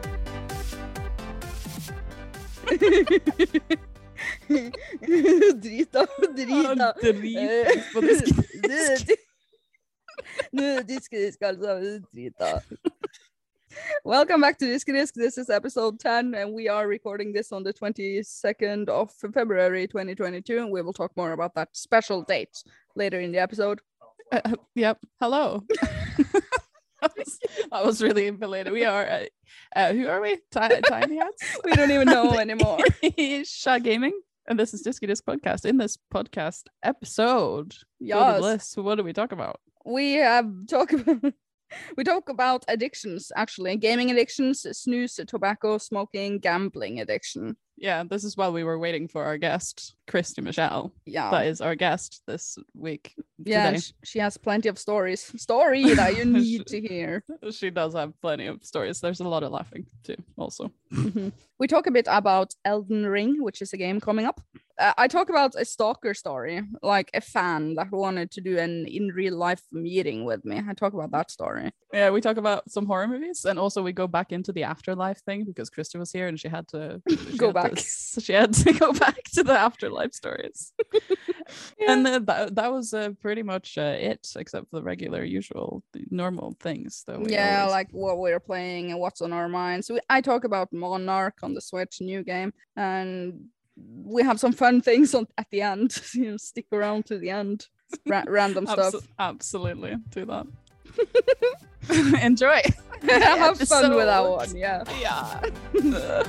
drit da. Drit Ah, da. uh, Drit på disk. Nå diskedisk, alle sammen. Drit da. Welcome back to Diskedisk. This is episode 10, and we are recording this on the 22nd of February 2022. And we will talk more about that special date later in the episode. Uh, uh, yep. Hello. I, was, I was really belated. We are, uh, uh, who are we? Ti- Tiny Hats? We don't even know anymore. Shaw Gaming. And this is Disky Disc Podcast. In this podcast episode, Yes. yes. what do we talk about? we have talk about we talk about addictions actually gaming addictions snooze tobacco smoking gambling addiction Yeah, this is while we were waiting for our guest, Christy Michelle. yeah That is our guest this week. yeah today. and sh- she has plenty of stories story that you need to hear She does have plenty of stories. There's a lot of laughing too, also. Mhm. we talk a bit about elden ring which is a game coming up uh, i talk about a stalker story like a fan that wanted to do an in real life meeting with me i talk about that story Yeah, we talk about some horror movies and also we go back into the afterlife thing because Krista was here and she had to she Go had to back. s- she had to go back to the afterlife stories. And uh, that, that was uh, pretty much uh, it, except for the regular, usual, the normal things. That we yeah always- like what we're playing and what's on our minds we, i talk about monarch on the switch new game and we have some fun things on at the end you know, stick around to the end Ra- random Abso- stuff Absolutely, do that. Enjoy. have fun with that Episode. one yeah Yeah.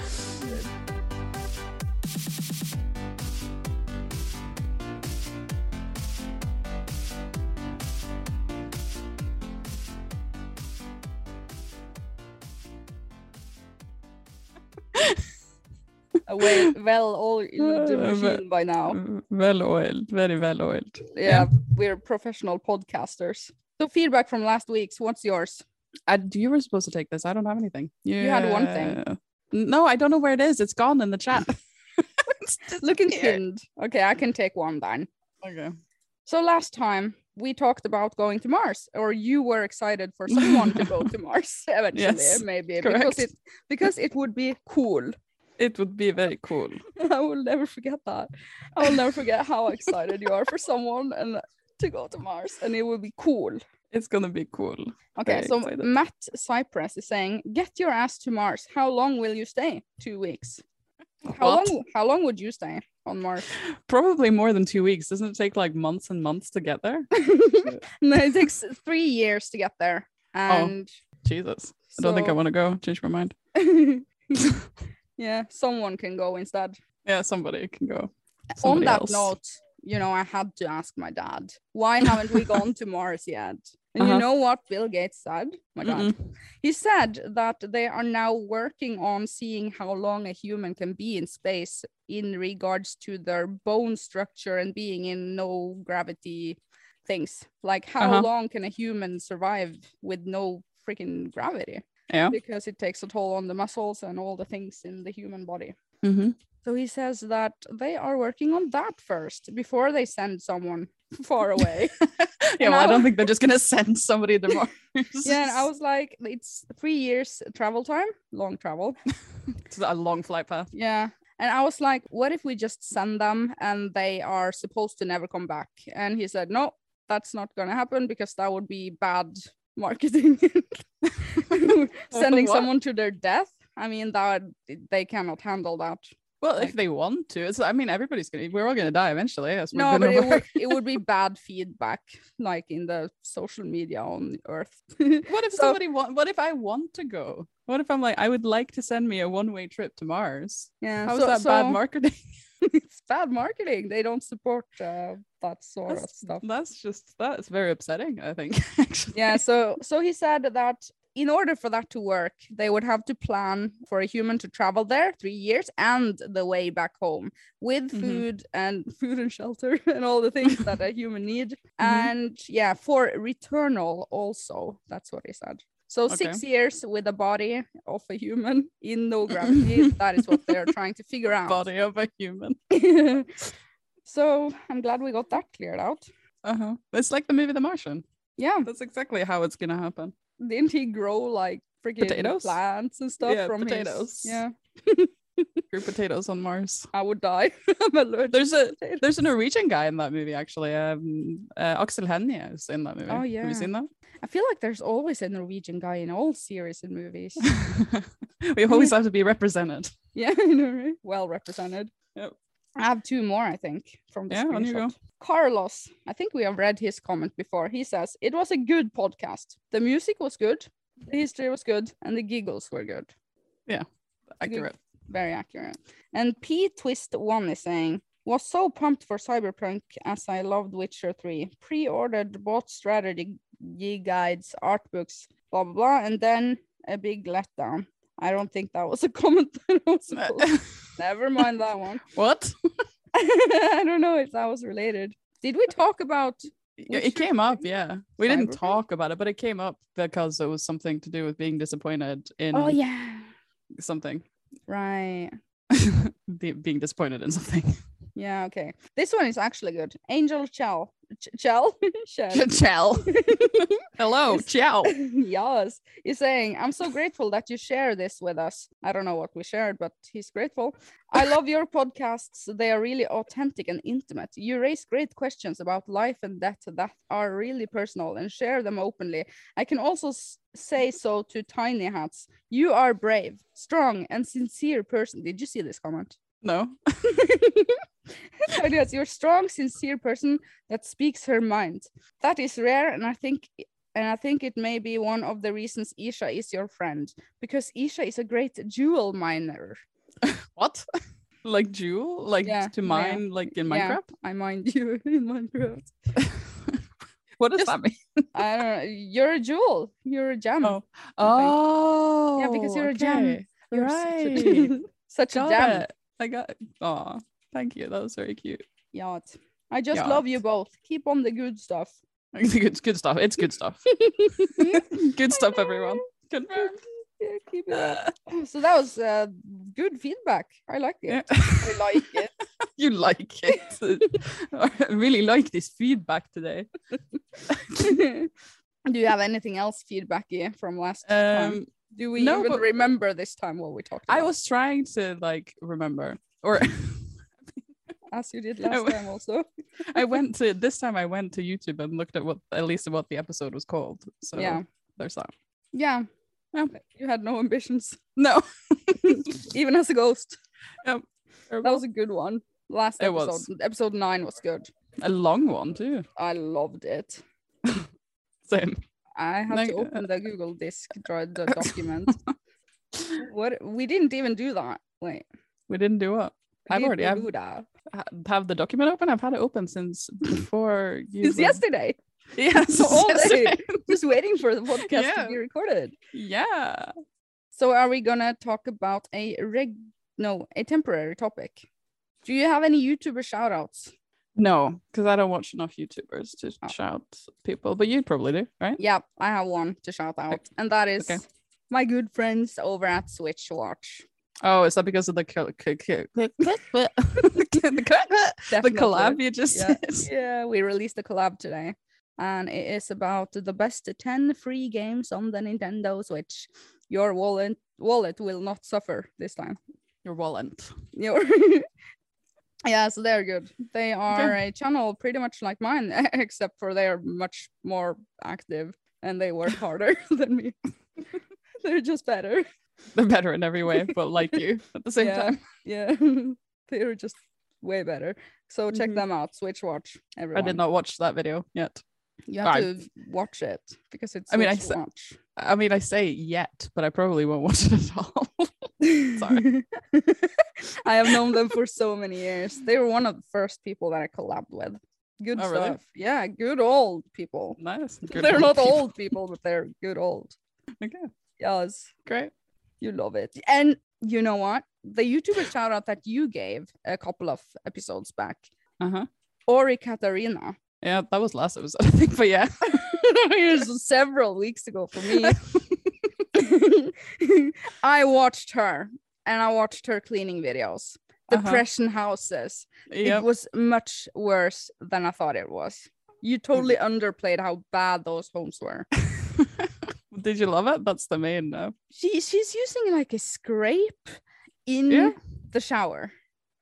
Uh, well, well all in the Uh, but- machine by now well oiled, very well oiled. yeah we're professional podcasters so feedback from last week's what's yours I, you were supposed to take this. I don't have anything. You, had one thing. No, I don't know where it is. It's gone in the chat. It's just looking here. pinned okay i can take one then Okay. so last time we talked about going to Mars, or you were excited for someone to go to Mars eventually, Yes, maybe correct. because it because it would be cool. It would be very cool. I will never forget that. I will never forget how excited you are for someone and to go to Mars, and it would be cool. It's gonna be cool. Okay, Very so excited. Matt Cypress is saying, "Get your ass to Mars. How long will you stay? Two weeks. How What? long? How long would you stay on Mars? Probably more than two weeks. Doesn't it take like months and months to get there? no, it takes three years to get there, and Jesus. I Oh, don't think I so- want to go. Change my mind. yeah, someone can go instead. Yeah, somebody can go. On Somebody that else. note, oh you know, I had to ask my dad, why haven't we gone to Mars yet? And Uh-huh. you know what Bill Gates said? My dad. Mm-mm. He said that they are now working on seeing how long a human can be in space in regards to their bone structure and being in no gravity things. Like, how Uh-huh. long can a human survive with no freaking gravity? Yeah. because it takes a toll on the muscles and all the things in the human body. hmm So he says that they are working on that first before they send someone far away. Yeah, well, I I don't wa- think they're just gonna send somebody to Mars. yeah, and I was like, it's three years travel time, long travel. It's a long flight path. Yeah. And I was like, what if we just send them and they are supposed to never come back? And he said, no, that's not going to happen because that would be bad marketing. Sending What? someone to their death. I mean, that they cannot handle that. Well, if Like- they want to, it's, I mean, everybody's gonna. We're all gonna die eventually. That's what No, we're but gonna it would, it would be bad feedback, like in the social media on Earth. What if So- somebody want? What if I want to go? What if I'm like, I would like to send me a one-way trip to Mars? yeah, How's so- that bad so marketing? it's bad marketing. They don't support uh, that sort of stuff. That's just that's very upsetting. I think actually. yeah so so he said that in order for that to work they would have to plan for a human to travel there three years and the way back home with Mhm. food and food and shelter and all the things that a human need Mhm. and yeah for returnal also that's what he said so six years with the body of a human in no gravity that is what they're trying to figure out Body of a human. so i'm glad we got that cleared out Uh Uh-huh. huh. It's like the movie The Martian. yeah That's exactly how it's gonna happen. didn't he grow like freaking Potatoes? plants and stuff Yeah, from his- potatoes. yeah Grew potatoes on Mars. I would die. I'm allergic There's to a- potatoes. There's a Norwegian guy in that movie, actually. Um, uh, Axel Hennie is in that movie. Oh, Have yeah. you seen I feel like there's always a Norwegian guy in all series and movies. that? we always have to be represented. yeah, I know, right? Well represented. Yep. I have two more, I think, from the Yeah, on you screenshot. go. Carlos, I think we have read his comment before. He says it was a good podcast. The music was good, the history was good, and the giggles were good. Accurate. Very accurate. And P Twist One is saying was so pumped for Cyberpunk as I loved Witcher Three. Pre-ordered both strategy guides, art books, blah blah blah, and then a big letdown. I don't think that was a comment. That I was supposed to- Never mind that one. what? I don't know if that was related. Did we talk about Yeah, Witcher it came up, yeah. We didn't Cyberpunk? talk about it, but it came up because it was something to do with being disappointed in Oh yeah. something. Right. Be- being disappointed in something. Yeah, okay. This one is actually good. Angel Chell. Ch- Chell? Chell. Ciao. Hello, Yes. ciao. yes. He's saying, I'm so grateful that you share this with us. I don't know what we shared, but he's grateful. I love your podcasts. They are really authentic and intimate. You raise great questions about life and death that are really personal and share them openly. I can also s- say so to Tiny Hats. You are brave, strong, and sincere person. Did you see this comment? No. Oh, yes, you're a strong, sincere person that speaks her mind. That is rare, and I think and I think it may be one of the reasons Isha is your friend because Isha is a great jewel miner. What? like jewel? Like Yeah, to yeah. mine, like in Yeah. Minecraft? I mind you in Minecraft. What does Just- that mean? I don't know. You're a jewel. You're a gem. Oh. Oh. because you're a gem. okay. you're such right. a, such a Got gem. it. I got Oh, thank you. That was very cute. Yacht. I just love you both. Keep on the good stuff. It's good stuff. It's good stuff. good stuff, everyone. Yeah, Confirmed. keep it up. So that was uh, good feedback. I like it. Yeah. I like it. you like it. I really like this feedback today. Do you have anything else feedbacky from last time? Um, Do we no, even but- remember this time what we talked about? I was trying to like remember, or as you did I last wa- time also. I went to this time. I went to YouTube and looked at what at least what the episode was called. So Yeah. there's that. Yeah. Yeah. You had no ambitions, No, even as a ghost. Yep. That was a good one. Last It episode. was. Episode nine was good. a long one too. I loved it. Same. I had to Like, uh, open the Google Disk dri- the document. what we didn't even do that. Wait. We didn't do it. we I've didn't already- I've- do that. Ha- Have the document open? I've had it open since before you. Since were- yesterday. Yes. since all day. yesterday. Just waiting for the podcast Yeah. to be recorded. Yeah. So are we gonna talk about a reg no a temporary topic? Do you have any YouTuber shout outs? No, because I don't watch enough YouTubers to Oh. shout people, but you probably do, right? Yeah, I have one to shout out, and that is Okay. my good friends over at Switch Watch. Oh, is that because of the co- co- co- the Definitely. collab you just Yeah. said? Yeah, we released a collab today. And it is about the best 10 free games on the Nintendo Switch. Your wallet wallet will not suffer this time. Your wallet. Your yeah, so they're good. They are a channel pretty much like mine, except for they are much more active and they work harder than me. they're just better. They're better in every way, but like you at the same Yeah. time. Yeah, they're just way better. So check Mhm. them out. Switch watch. I Everyone, did not watch that video yet. you have I- to watch it because it's. I mean, I Switch s- watch. I mean, I say yet, but I probably won't watch it at all. Sorry. I have known them for so many years. They were one of the first people that I collabed with. Good Oh, stuff. really? Yeah, good old people. nice. Good they're one, not people. old people, but they're good old. Okay, Yes, great. you love it. And you know what? The YouTuber shout out that you gave a couple of episodes back, Uh huh. Ori Katarina. Yeah, that was last episode, I think. But yeah, It was several weeks ago for me. I watched her and I watched her cleaning videos. Uh-huh. Depression houses. yeah. it was much worse than I thought it was. You totally Mm-hmm. underplayed how bad those homes were. Did you love it? That's the main. Uh, She she's using like a scrape in Yeah. the shower.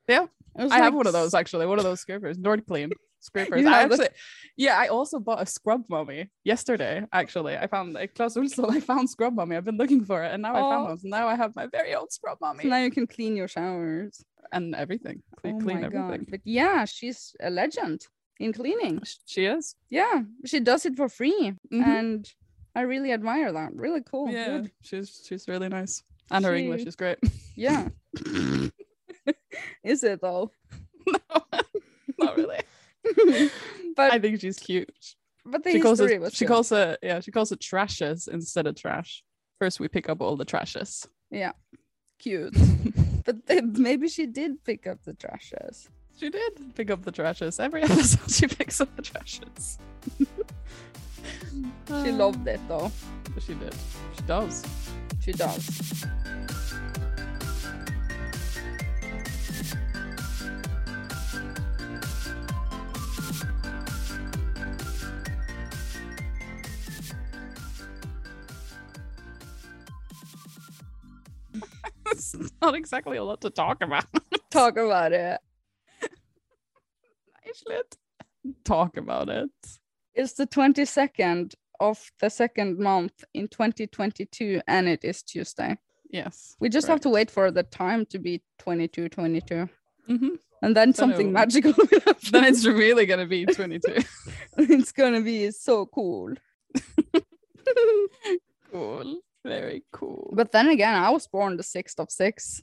Yeah. It was I have like one of s- those actually. One of those scrapers, Nord Clean scrapers. You I have the- actually, yeah, I also bought a scrub mummy yesterday. Actually, I found like Klaus Ulsson. I found scrub mummy. I've been looking for it, and now I found Aw. one. So now I have my very own scrub mummy So now you can clean your showers. and everything. Clean, oh clean my everything. god. But yeah, she's a legend in cleaning. Sh- She is. Yeah. She does it for free. Mhm. And I really admire that. Really cool. yeah, Oh, Good. she's she's really nice, and her English She- is great. Yeah. Is it though? no, not really. But- I think she's cute. But the she calls history it. was She good. calls it. Yeah, she calls it trashes instead of trash. First, we pick up all the trashes. cute. But th- maybe she did pick up the trashes. She did pick up the trashes. Every episode she picks up the trashes. Uh, She loved it though. She did. She does. She does. It's not exactly a lot to talk about. Talk about it. Actually, talk about it. It's the 22nd of the second month in 2022 and it is Tuesday. Yes. We just have to wait for the time to be 22 22 Mhm. and then Then it something will- magical will happen. Then it's really gonna be 22. it's going to be so cool. cool. Very cool. But then again, I was born the 6th of 6.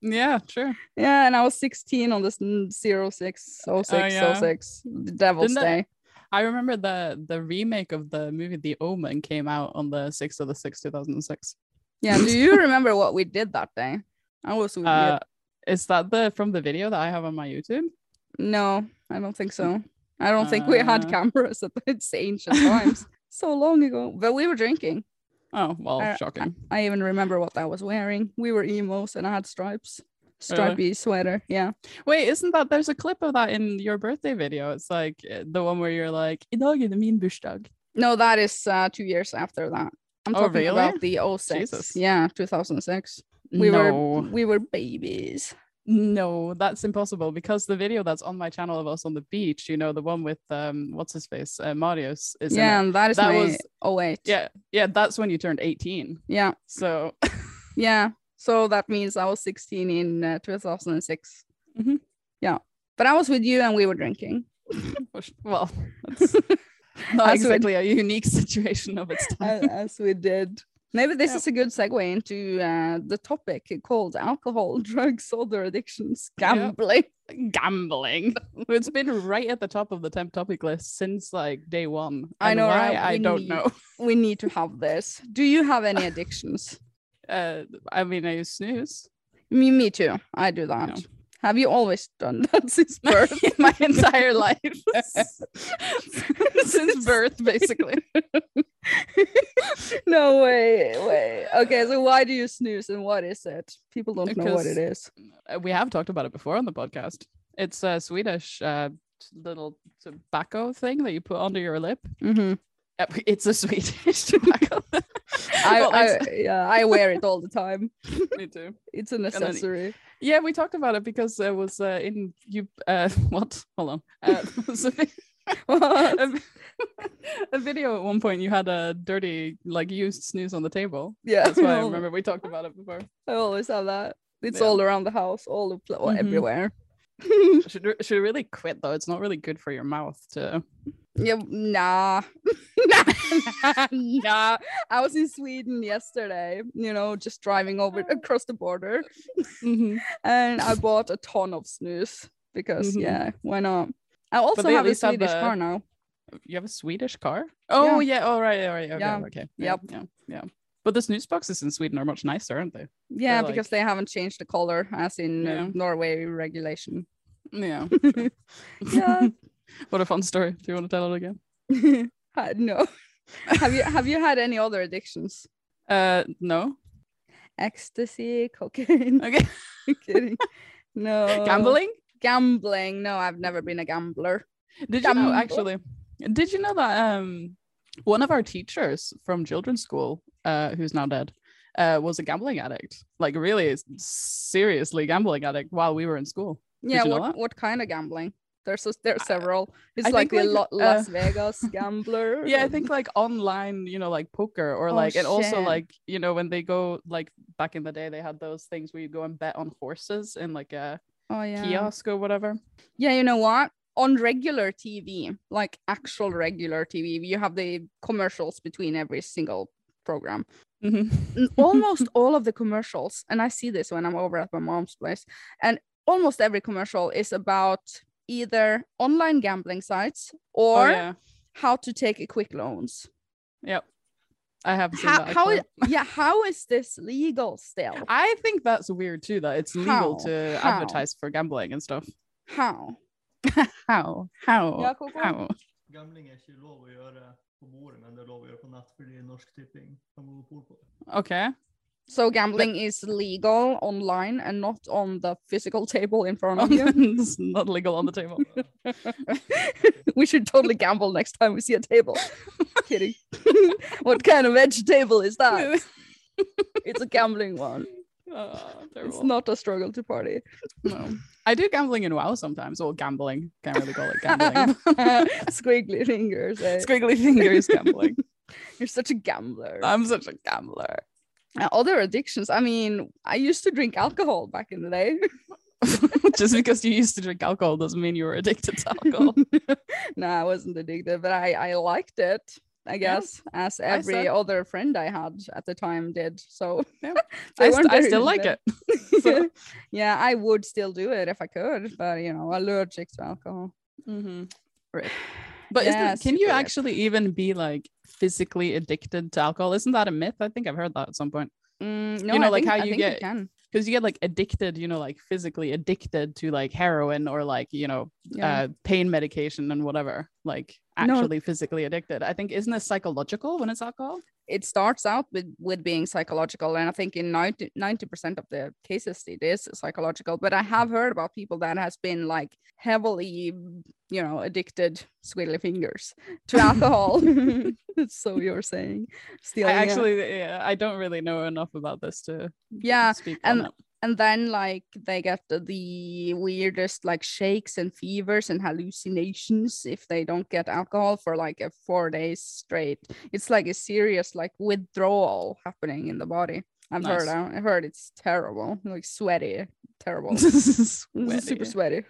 yeah, sure. Yeah, and I was 16 on this n- 06 06 Oh, yeah. 06 the Devil's Didn't that- Day. I remember the the remake of the movie The Omen came out on the 6th of the 6th, 2006. Yeah, do you remember what we did that day? I was with Uh, is that the from the video that I have on my YouTube? you. No, I don't think so. I don't think we had Uh. cameras at it's ancient times. so long ago. But we were drinking. Oh well, Uh, shocking. I even remember what I was wearing. We were emos and I had stripes. Really? Stripy sweater. Yeah. Wait, isn't that there's a clip of that in your birthday video? It's like uh, the one where you're like, "Idag är det min bursdag." No, that is uh, two years after that. I'm Oh, talking really? about the 06. Jesus. Yeah, 2006. We were we were babies. no, that's impossible because the video that's on my channel of us on the beach, you know, the one with um, what's his face, uh, Marius, is in yeah, it. and that is That my was- 08. yeah, yeah. That's when you turned 18. Yeah. So Yeah. So that means I was 16 in uh, 2006. Mhm. Yeah. But I was with you and we were drinking. well, that's not That's what- exactly a unique situation of its time. as, as we did. Maybe this Yeah. is a good segue into uh, the topic called alcohol, drugs, other addictions, gambling. gambling. it's been right at the top of the temp topic list since like day one. I and know, why, right? I We don't need- know. We need to have this. Do you have any addictions? Uh, I mean, I use snooze. me, me too. I do that. know. Have you always done that since birth? my entire life Uh, since birth, basically. no way, way. Okay, so why do you snooze and what is it? People don't know what Because- it is. Uh, We have talked about it before on the podcast. It's a Swedish uh, little tobacco thing that you put under your lip. Mm-hmm. Uh, It's a Swedish tobacco. I, Well, I, it's- yeah, I wear it all the time. me too. It's an then- accessory. Yeah, we talked about it because it was uh, in you. Uh, what? Hold on. Uh, there was a vi- a, vi- a video at one point you had a dirty like used snooze on the table yeah, that's why i no, remember we talked about it before I always have that. It's Yeah. all around the house, all the pl- Mhm. everywhere. should, re- should really quit though it's not really good for your mouth to yeah, nah. Nah, nah. I was in Sweden yesterday, you know, just driving over Oh. across the border, Mm-hmm. and I bought a ton of snus because Mhm. yeah, why not? I also they at have a least have Swedish the- car now. you have a swedish car oh yeah, all right all right okay Yeah. okay Yep. yeah yeah but the snooze boxes in sweden are much nicer aren't they Yeah, like- because they haven't changed the color as in uh, Yeah. Norway regulation. yeah Yeah. what a fun story do you want to tell it again Ha- no. have you have you had any other addictions? uh no Ecstasy, cocaine. okay kidding. No. Uh, gambling Gambling. No, I've never been a gambler. Did you know Dumbo. actually? Did you know that um one of our teachers from children's school, uh, who's now dead, uh, was a gambling addict, like really s- seriously gambling addict while we were in school. Yeah, you know what, that? what kind of gambling? There's so, I- there's several. It's I like think the like, Lo- uh, Las Vegas gambler. Yeah, I and- think like online, you know, like poker or Oh, like, and also shit. like, you know, when they go like back in the day, they had those things where you go and bet on horses in like a oh yeah. kiosk or whatever. Yeah, you know what? On regular TV, like actual regular TV, you have the commercials between every single program. N- almost all of the commercials, and I see this when I'm over at my mom's place, and almost every commercial is about either online gambling sites Oh, or yeah. how to take a quick loans. Yep. I have seen How, that. how actually. i- yeah, how is this legal still? I think that's weird too, that it's legal How? to How? advertise for gambling and stuff. How? How? How? Ja, Coco? How? Gambling er ikke lov å gjøre på bordet, men det er lov å gjøre på nett fordi Norsk Tipping har monopol på det. Okay. So gambling is legal online and not on the physical table in front of you. it's not legal on the table. we should totally gamble next time we see a table. Kidding. what kind of vegetable is that? It's a gambling one. Ah, It's terrible. not a struggle to party. No. I do gambling in WoW sometimes, or gambling. Can't really call it gambling. Squiggly fingers. eh? Squiggly fingers gambling. You're such a gambler. I'm such a gambler. Uh, other addictions. I mean, I used to drink alcohol back in the day. Just because you used to drink alcohol doesn't mean you were addicted to alcohol. no, I wasn't addicted, but I, I liked it, I Yeah. guess, as every said- other friend I had at the time did. So Yeah. they I, weren't st- I very still like bad. it. So- yeah, I would still do it if I could, but you know, allergic to alcohol. Mm-hmm. Rip. But Yes, isn't, can you rip. actually even be like physically addicted to alcohol? Isn't that a myth? I think I've heard that at some point. Mm, no, know, I like think- how I you think get- can. Because you get like addicted, you know, like physically addicted to like heroin or like, you know, Yeah. uh, pain medication and whatever, like No. actually physically addicted. I think, isn't it psychological when it's alcohol? it starts out with with being psychological, and I think in 90 percent of the cases it is psychological. But I have heard about people that has been like heavily, you know, addicted squiggly fingers to alcohol. so you're saying, still I actually, yeah, I don't really know enough about this to yeah, speak and- on it. and then like they get the, the weirdest like shakes and fevers and hallucinations if they don't get alcohol for like a four days straight it's like a serious like withdrawal happening in the body i've heard Nice. I- i've heard it's terrible like sweaty terrible Sweaty. super sweaty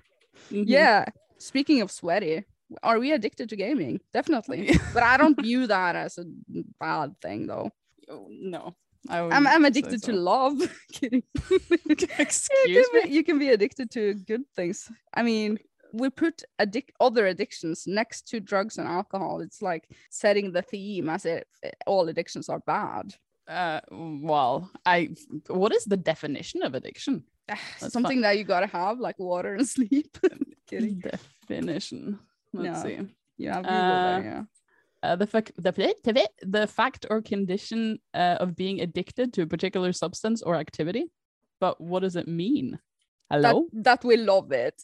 Mhm. yeah speaking of sweaty are we addicted to gaming definitely but i don't view that as a mm, bad thing though Oh, No. I i'm, wouldn't I'm say addicted to so. love kidding you Excuse can, me. be, you can be addicted to good things. I mean, we put addic- other addictions next to drugs and alcohol. It's like setting the theme as if all addictions are bad. Uh, well, I. What is the definition of addiction? Ah, That's Something that you gotta have, like water and sleep. Kidding. Definition. No. Let's see. Yeah, Google Uh, there, yeah. Uh, the fact the, fa- the fa- the fact or condition uh, of being addicted to a particular substance or activity. But what does it mean? That, Hello. that we love it.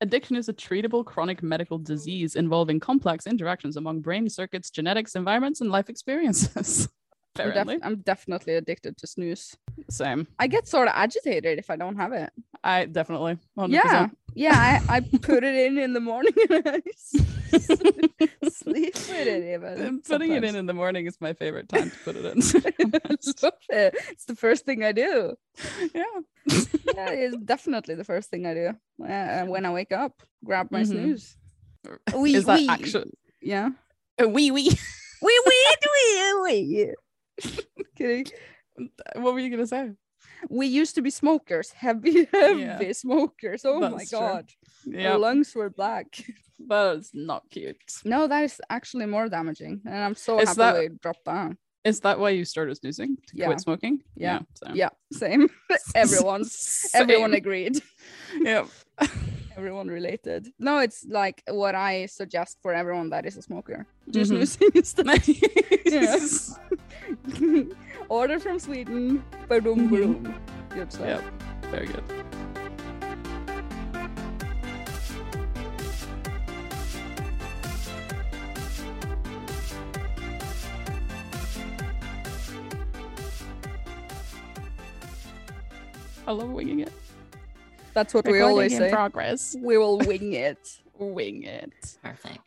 Addiction is a treatable chronic medical disease involving complex interactions among brain circuits, genetics, environments, and life experiences. I'm, def- Apparently, I'm definitely addicted to snooze. same. I get sort of agitated if I don't have it. I definitely. 100%. Yeah, yeah. I, I put it in in the morning and I s- sleep with it even. Uh, Putting it sometimes. in in the morning is my favorite time to put it in. I love it. It's the first thing I do. yeah. Yeah, it's definitely the first thing I do uh, when I wake up. Grab my Mhm. snooze. Wee, Is that wee. action? Yeah. Wee wee. Wee wee wee wee. Kidding. Uh, What were you gonna say? We used to be smokers, heavy, heavy Yeah. smokers. Oh my That's true. god, Yeah, our lungs were black. but it's not cute. No, that is actually more damaging, and I'm so Is happy that- we dropped down. Is that why you started snoozing to Yeah. quit smoking? Yeah. so. Yeah, same. Everyone, everyone Same. agreed. Yeah. everyone related. No, it's like what I suggest for everyone that is a smoker. Just Mhm. using instead. Yes. Order from Sweden. Ba-dum, Mhm. ba-dum. Good stuff. Yep. Very good. I love winging it. That's what we always in say. progress. We will wing it. Wing it. Perfect.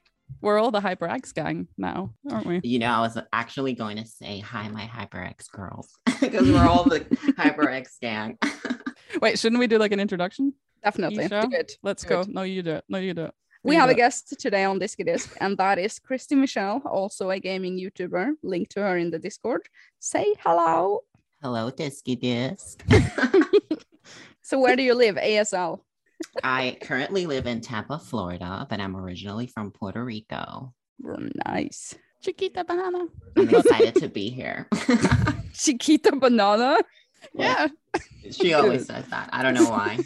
We're all the HyperX gang now, aren't we? You know, I was actually going to say hi, my HyperX girls, because we're all the HyperX gang. Wait, shouldn't we do like an introduction? Definitely. Isha? Do it. Let's Do go. it. No, you do it. No, you do it. We You have do a it. guest today on Disky Disc, and that is Christy Michelle, also a gaming YouTuber. Link to her in the Discord. Say hello. Hello, Disky Disc. So, where do you live? ASL. I currently live in Tampa, Florida, but I'm originally from Puerto Rico. Well, Nice. Chiquita banana. I'm excited to be here. Chiquita Banana. Yeah. she always says that. I don't know why.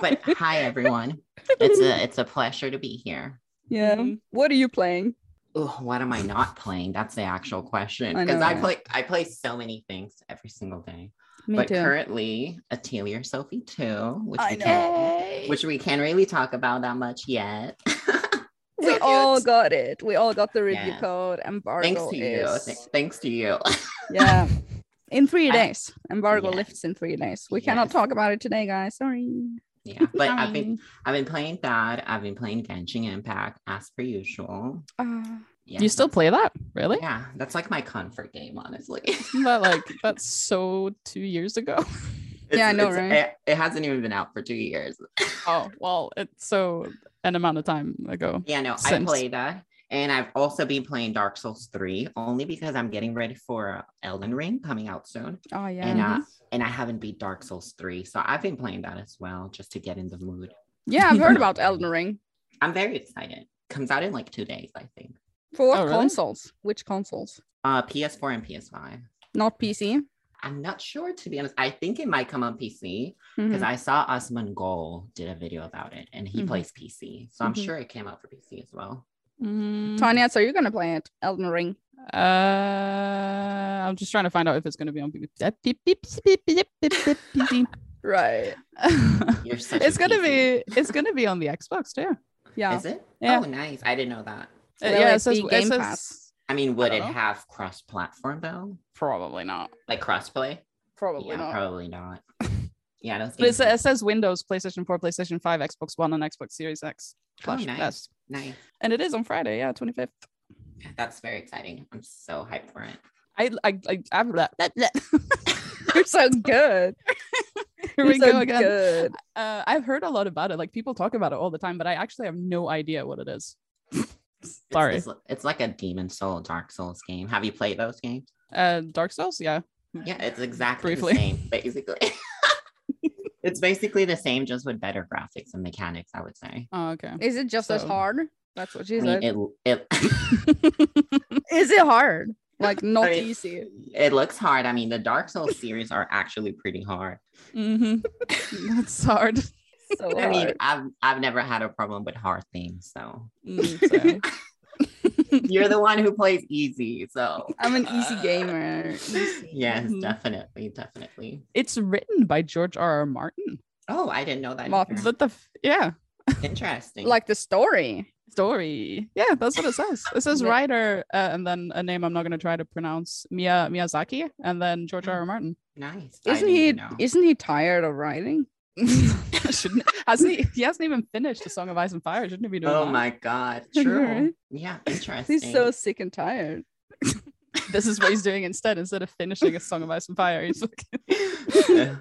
But hi everyone. It's a it's a pleasure to be here. Yeah. Mhm. What are you playing? Ooh, what am I not playing? That's the actual question. I Because I, know. play I play so many things every single day. Me but currently a Taylor Sophie 2, which I we know. can't which we can't really talk about that much yet. we So all cute. got it. We all got the review Yeah. code. Embargo thanks to you. is Th- Thanks to you. yeah. In three I- days, embargo Yeah. lifts in three days. We cannot Yes. talk about it today, guys. Sorry. yeah. But I've been I've been playing that. I've been playing Genshin Impact as per usual. Uh, Yeah. You still play that? Really? Yeah, that's like my comfort game, honestly. But like that's so two years ago. Yeah, I It's- know, it's- right? It, it hasn't even been out for two years. Oh well, it's so an amount of time ago. Yeah, no, I Since- played that. And I've also been playing Dark Souls 3 only because I'm getting ready for uh, Elden Ring coming out soon. oh, yeah. And uh, and I haven't beat Dark Souls 3. So I've been playing that as well just to get in the mood. yeah, I've heard about Elden Ring. I'm very excited. Comes out in like two days, I think. For what Oh, really? consoles? Which consoles? Uh PS4 and PS5. Not PC. I'm not sure to be honest. I think it might come on PC Mhm. because Mm-hmm. I saw Osman Gol did a video about it and he Mhm. plays PC. So I'm Mm-hmm. Mhm. sure it came out for PC as well. Mm, Tanya, so you're going to play it, Elden Ring. Uh, I'm just trying to find out if it's going to be on. PC. Right. You're such a it's gonna PC. be. It's gonna be on the Xbox too. Yeah. Is it? Yeah. Oh, nice. I didn't know that. So Uh, will yeah, it it says, be it Game says- Pass? I mean, would I it don't know. have cross platform though? probably not. Like crossplay? Probably yeah, not. probably not. Yeah, those But it games are says, it says Windows, PlayStation 4, PlayStation 5, Xbox One, and Xbox Series X. Oh, Slash nice. S. nice. And it is on Friday, yeah, 25th. That's very exciting. I'm so hyped for it. I I I, I blah, blah, blah. You're so good. Here You're we so go again. good. Uh, I've heard a lot about it. Like people talk about it all the time, but I actually have no idea what it is. It's Sorry. this- it's like a Demon Soul, Dark Souls game. Have you played those games? Uh, Dark Souls, yeah. Yeah, it's exactly Briefly. the same, basically. it's basically the same, just with better graphics and mechanics, I would say. Oh, okay. Is it just as So- hard? That's what she I said. mean, it, it, Is it hard? Like not mean- easy. it looks hard. I mean, the Dark Souls series are actually pretty hard. hmm That's hard. So I mean, hard. I've I've never had a problem with hard things. So Mm, so- you're the one who plays easy. So I'm an easy gamer. Easy. Mm-hmm. yes, Mhm. definitely, definitely. It's written by George R. R. Martin. Oh, I didn't know that. Well, either. What the f- yeah Interesting. Like the story. story? Yeah, that's what it says. It says Mi- writer uh, and then a name I'm not gonna try to pronounce. Mia Miyazaki and then George R. R. Martin. nice. I Isn't didn't he know. isn't he tired of writing? shouldn't hasn't he? He hasn't even finished the Song of Ice and Fire. Shouldn't he be doing? Oh that? my god. I know, True. right? Yeah, interesting. He's so sick and tired. This is what he's doing instead. Instead of finishing a Song of Ice and Fire, he's like, Yeah,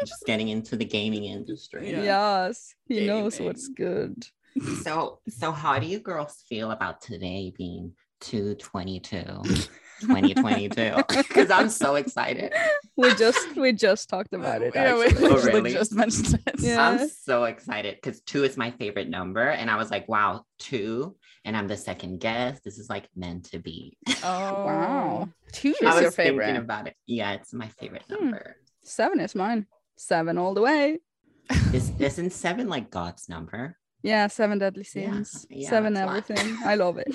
just getting into the gaming industry. Yeah. Yes. He knows Gaming. what's good. So so how do you girls feel about today being 222? 2022. Because I'm so excited. We just we just talked about it. Yeah, we actually. Oh, literally really? just mentioned it. Yeah. I'm so excited because two is my favorite number. And I was like, wow, two. And I'm the second guest. This is like meant to be. Oh Wow. Two I is was your thinking favorite. about it. Yeah, it's my favorite Hmm. number. Seven is mine. Seven all the way. Is isn't seven like God's number? Yeah, seven deadly Yeah, sins. yeah, seven that's why. everything. I love it.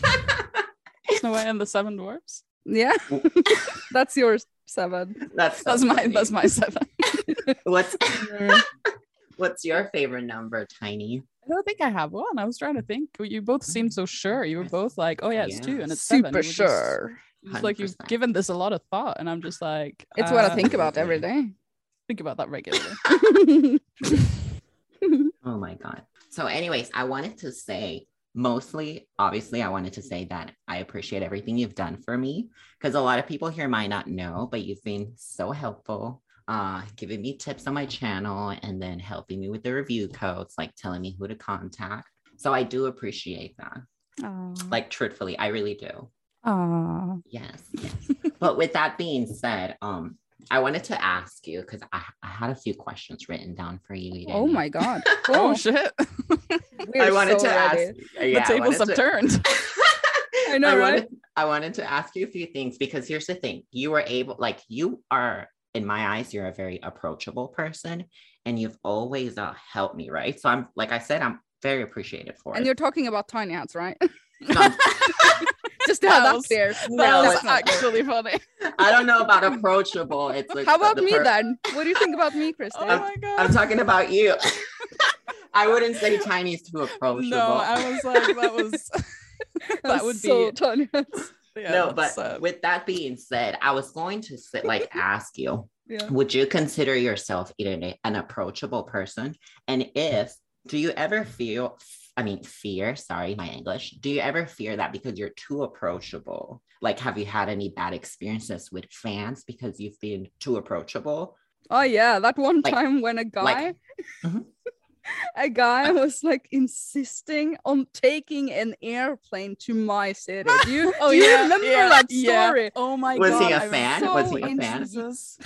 Snow White and the Seven Dwarfs. Yeah. That's yours, seven. That's so That's my funny. that's my seven. what's what's your favorite number, Tiny? I don't think I have one. I was trying to think. You both seemed so sure. You were both like, "Oh yeah, it's two Yeah. and it's seven. Super You were just- sure. It's like you've 100%. given this a lot of thought, and I'm just like, It's what I uh, think about every day. Think about that regularly. Oh my God. So, anyways, I wanted to say mostly, obviously, I wanted to say that I appreciate everything you've done for me because a lot of people here might not know, but you've been so helpful, uh, giving me tips on my channel and then helping me with the review codes, like telling me who to contact. So, I do appreciate that. Like, Like, truthfully, I really do. ah, Yes. yes. but with that being said, um, I wanted to ask you because I, I had a few questions written down for you. Eden. oh my god. oh Cool. shit! We're I wanted so to ask. ready. the yeah, I tables wanted have to- turned. I know, I right? wanted, I wanted to ask you a few things because here's the thing you were able, like, you are, in my eyes, you're a very approachable person and you've always uh, helped me, right? So I'm, like I said, I'm very appreciative for And it. you're talking about tiny hats, right? Um, Just to have that Else. clear. No, that was it's not actually funny. I don't know about approachable. It's like How about the me per- then? What do you think about me, Kristen? Oh my god! I'm talking about you. I wouldn't say tiny is too approachable. no, I was like, that was that would so be- tiny hats. yeah, no, but that's, uh, with that being said, I was going to say, like ask you Yeah. would you consider yourself even a- an approachable person and if do you ever feel i mean fear sorry my english do you ever fear that because you're too approachable like have you had any bad experiences with fans because you've been too approachable Oh yeah, that one Like- time when a guy like- Mhm. a guy was like insisting on taking an airplane to my city. Do you, oh do you yeah, remember yeah, that yeah. story? Oh my Was god! he a I'm fan? So Was he a fan? Jesus.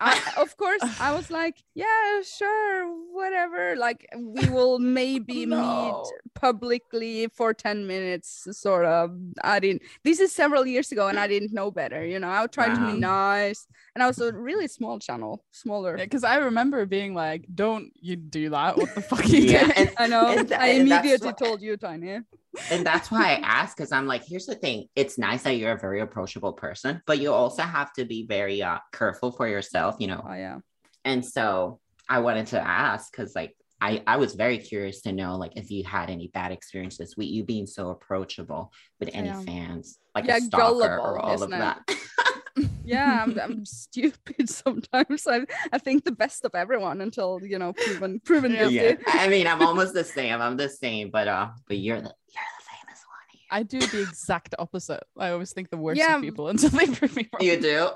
I, of course, I was like, yeah, sure, whatever. Like, we will maybe No. meet publicly for 10 minutes, sort of. I didn't, this is several years ago, and I didn't know better. You know, I tried to be nice, and I was a really small channel, smaller. Because I remember being like, "Don't you do that? What the fuck you Yeah, doing?" and- I know. And tha- I and eh, that's immediately what- told you, Tiny. and that's why i ask because i'm like here's the thing it's nice that you're a very approachable person but you also have to be very uh, careful for yourself you know Oh, yeah. and so i wanted to ask because like I, I was very curious to know like if you had any bad experiences with you being so approachable with any Yeah. fans like Yeah, a stalker gullible, or all of isn't it? that Yeah, I'm, I'm stupid sometimes. I, I think the best of everyone until, you know, proven, proven Yeah. guilty. yeah. i mean i'm almost the same i'm the same but uh but you're the you're the famous one here. I do the exact opposite. I always think the worst Yeah. of people until they prove me wrong. you do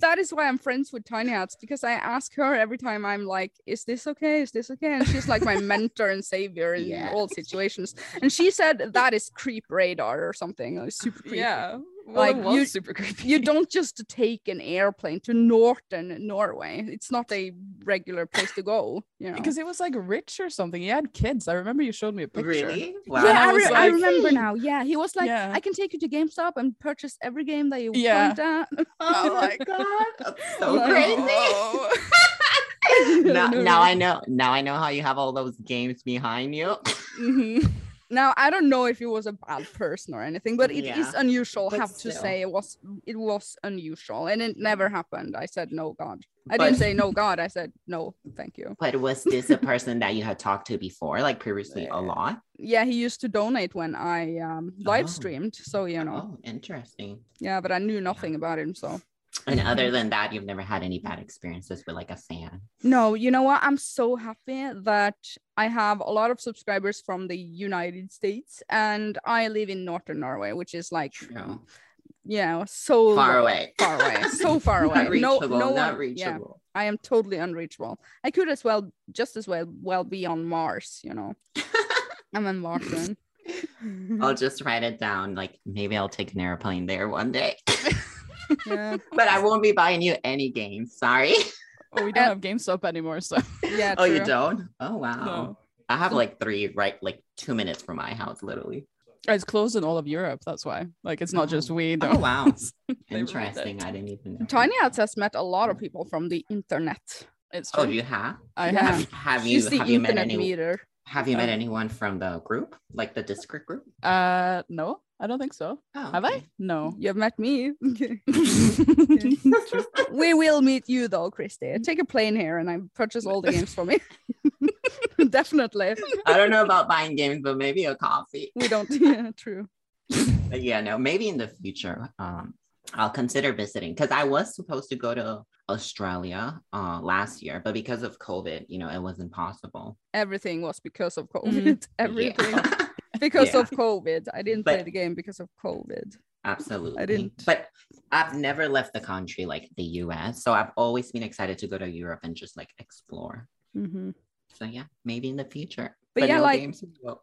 that is why I'm friends with Tiny Hats because I ask her every time I'm like, is this okay? Is this okay? And she's like my mentor and savior in Yeah. all situations. And she said that is creep radar or something. Like, super creepy. Yeah, well, Like, it was you- super creepy. You don't just take an airplane to northern Norway. It's not a regular place to go. You know? because he was like rich or something. He had kids. I remember you showed me a picture. really wow and yeah, I I, was re- I like- remember now. Yeah, he was like, Yeah. I can take you to GameStop and purchase every game that you Yeah. want. At. oh my god that's so Wow. crazy Oh. now, No, now right? i know now i know how you have all those games behind you Mhm. Mm-hmm. Now I don't know if he was a bad person or anything, but it is Yeah. unusual. I But have to still. say it was it was unusual, and it never happened. I said no, God. I But- didn't say no, God. I said no, thank you. but was this a person that you had talked to before like previously a lot Yeah, he used to donate when I um, live Oh. streamed, so you know. Oh, interesting. Yeah, but I knew nothing about him, so And other than that, you've never had any bad experiences with like a fan. No, you know what? I'm so happy that I have a lot of subscribers from the United States and I live in northern Norway, which is like No. you know, so Far lo- away. far away. So far away. Not reachable. no, no one, not Yeah, reachable. I am totally unreachable. I could as well just as well well be on Mars, you know. I'm on Martian. Mm-hmm. I'll just write it down. Like maybe I'll take an airplane there one day. yeah. but I won't be buying you any games. Sorry. Well, we don't have GameStop anymore, so Yeah. Oh, you true. don't? Oh wow. no. I have like three, right? Like two minutes from my house, literally. it's closed in all of Europe. That's why. Like, it's not just Oh. we. Oh Don't. wow. They ruined interesting. it. I didn't even know. Tiny Hats has met a lot of people from the internet. It's true. Oh, you have? I Yeah. have. Have, have She's you the have you met internet any meter. have you met Oh. anyone from the group? Like the Discord group? Uh, no, I don't think so. Oh, Have I? okay. No. You've met me. we will meet you though, Christy. Take a plane here and I purchase all the games for me. Definitely. I don't know about buying games, but maybe a coffee. We don't. Yeah, true. But yeah, no, maybe in the future, um, I'll consider visiting because I was supposed to go to Australia uh, last year, but because of COVID, you know, it wasn't possible. Everything was because of COVID. Mm-hmm. Yeah. Everything because Yeah. of COVID. I didn't play But- the game because of COVID. Absolutely. didn't- But I've never left the country like the US. So I've always been excited to go to Europe and just like explore. Mhm. So yeah, maybe in the future. But yeah, like- games in Europe.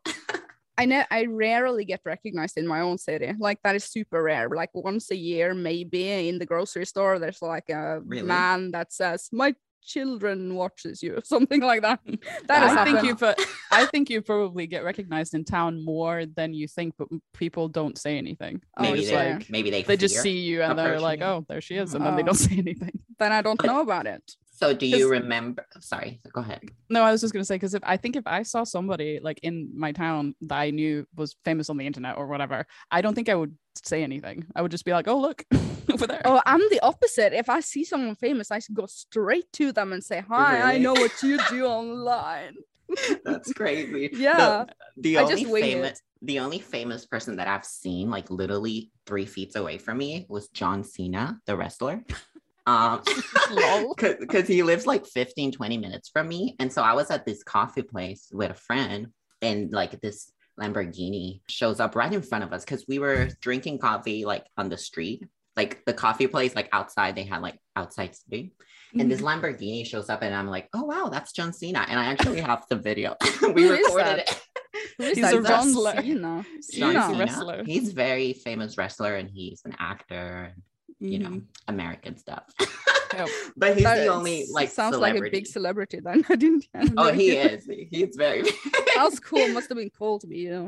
I know I rarely get recognized in my own city. Like that is super rare. Like once a year, maybe in the grocery store, there's like a Really? man that says, "My children watches you," or something like that. That I has I think happened. you but I think you probably get recognized in town more than you think, but people don't say anything. Oh, maybe it's it's they there. like maybe they they just fear. see you and they're approaching like, you. "Oh, there she is," and then they Oh. don't say anything. Then I don't But- know about it. So do Is- you remember? Sorry, go ahead. No, I was just gonna say because if I think if I saw somebody like in my town that I knew was famous on the internet or whatever, I don't think I would say anything. I would just be like, "Oh, look over there." Oh, I'm the opposite. If I see someone famous, I go straight to them and say, "Hi, I Really? know what you do online." That's crazy. The- Yeah. the I only just wing famous the only famous person that I've seen like literally three feet away from me was John Cena, the wrestler. Um Lol. because he lives like 15, 20 minutes from me. And so I was at this coffee place with a friend and like this Lamborghini shows up right in front of us because we were drinking coffee like on the street. Like the coffee place, like outside, they had like outside seating. And this Mm-hmm. Lamborghini shows up, and I'm like, oh wow, that's John Cena. And I actually have the video. we Who is recorded that? it. Who is He's that? a John wrestler. Cena. John He's a Cena. Cena. wrestler. He's very famous wrestler and he's an actor, you know, American stuff. Yep. But Mm. Mm-hmm. he's That the is- only like sounds celebrity. like a big celebrity. Then I didn't. I had no Oh, he idea. is. He's very. Oh. How's cool? Must have been cool to be you.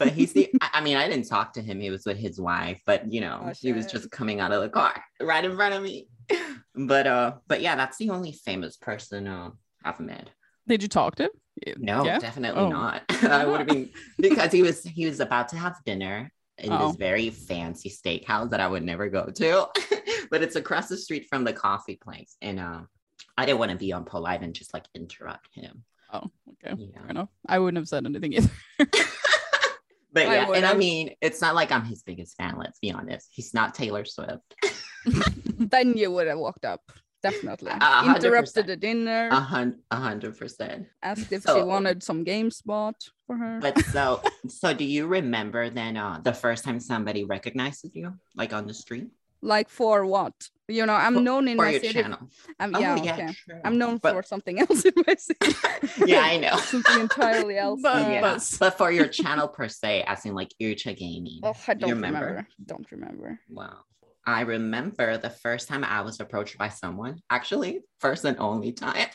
but he's the. I I mean, I didn't talk to him. He was with his wife, but you know, Oh, he was shit. just coming out of the car right in front of me. But uh, but yeah, that's the only famous person uh, I've met. Did you talk to him? No, Yeah? definitely Oh. not. I would have been because he was he was about to have dinner in Uh-oh. this very fancy steakhouse that I would never go to, but it's across the street from the coffee place, and um, I didn't want to be unpolite and just like interrupt him. Oh, okay. You know? Fair enough. I wouldn't have said anything either. I But yeah, and I would've. mean, it's not like I'm his biggest fan. Let's be honest. He's not Taylor Swift. Then you would have walked up. Definitely. A- a hundred Interrupted percent. the dinner, A hun- a hundred percent. asked if she so- wanted some GameSpot for her. But so, so do you remember then uh, the first time somebody recognizes you, like on the street like for what? You know, I'm known in or my your city. channel? I'm, Oh, yeah, okay. true. I'm known But- for something else in my city. yeah, I know. something entirely else. Oh, But- yeah. but- but for your channel per se, as in like Ircha Gaming. Oh, I don't remember? remember? Don't remember. Wow. I remember the first time I was approached by someone, actually, first and only time.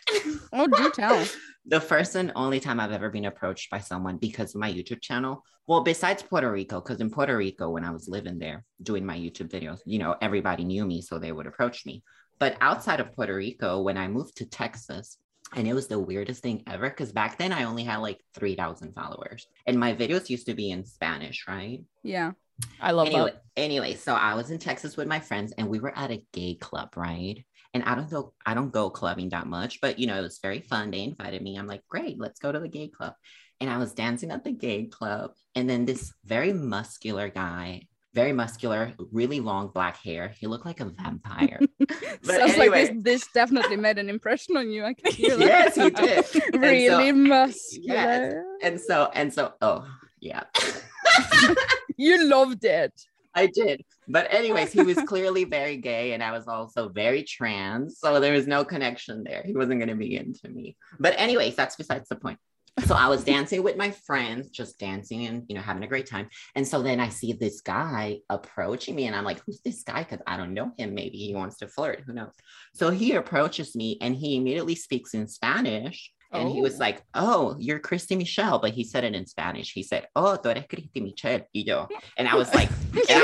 Oh, do tell. the first and only time I've ever been approached by someone because of my YouTube channel. Well, besides Puerto Rico, because in Puerto Rico, when I was living there doing my YouTube videos, you know, everybody knew me, so they would approach me. But outside of Puerto Rico, when I moved to Texas, and it was the weirdest thing ever because back then I only had like 3,000 followers and my videos used to be in Spanish, right? Yeah. I love anyway, that. anyway, so I was in Texas with my friends and we were at a gay club, right? And I don't go, I don't go clubbing that much, but you know, it was very fun. They invited me. I'm like, great, let's go to the gay club. And I was dancing at the gay club. And then this very muscular guy, very muscular, really long black hair. He looked like a vampire. but Sounds like this, this definitely made an impression on you. I can hear yes, that. he did. And so- really muscular. and so, and so, oh, yeah. You loved it. I did. But anyways, he was clearly very gay and I was also very trans. So there was no connection there. He wasn't going to be into me. But anyways, that's besides the point. So I was dancing with my friends, just dancing and, you know, having a great time. And so then I see this guy approaching me and I'm like, who's this guy? Because I don't know him. Maybe he wants to flirt. Who knows? So he approaches me and he immediately speaks in Spanish. And he was Oh. like, Oh, you're Christy Michelle. But he said it in Spanish. He said, Oh, tú eres Christy Michelle. Y yo. And I was like, and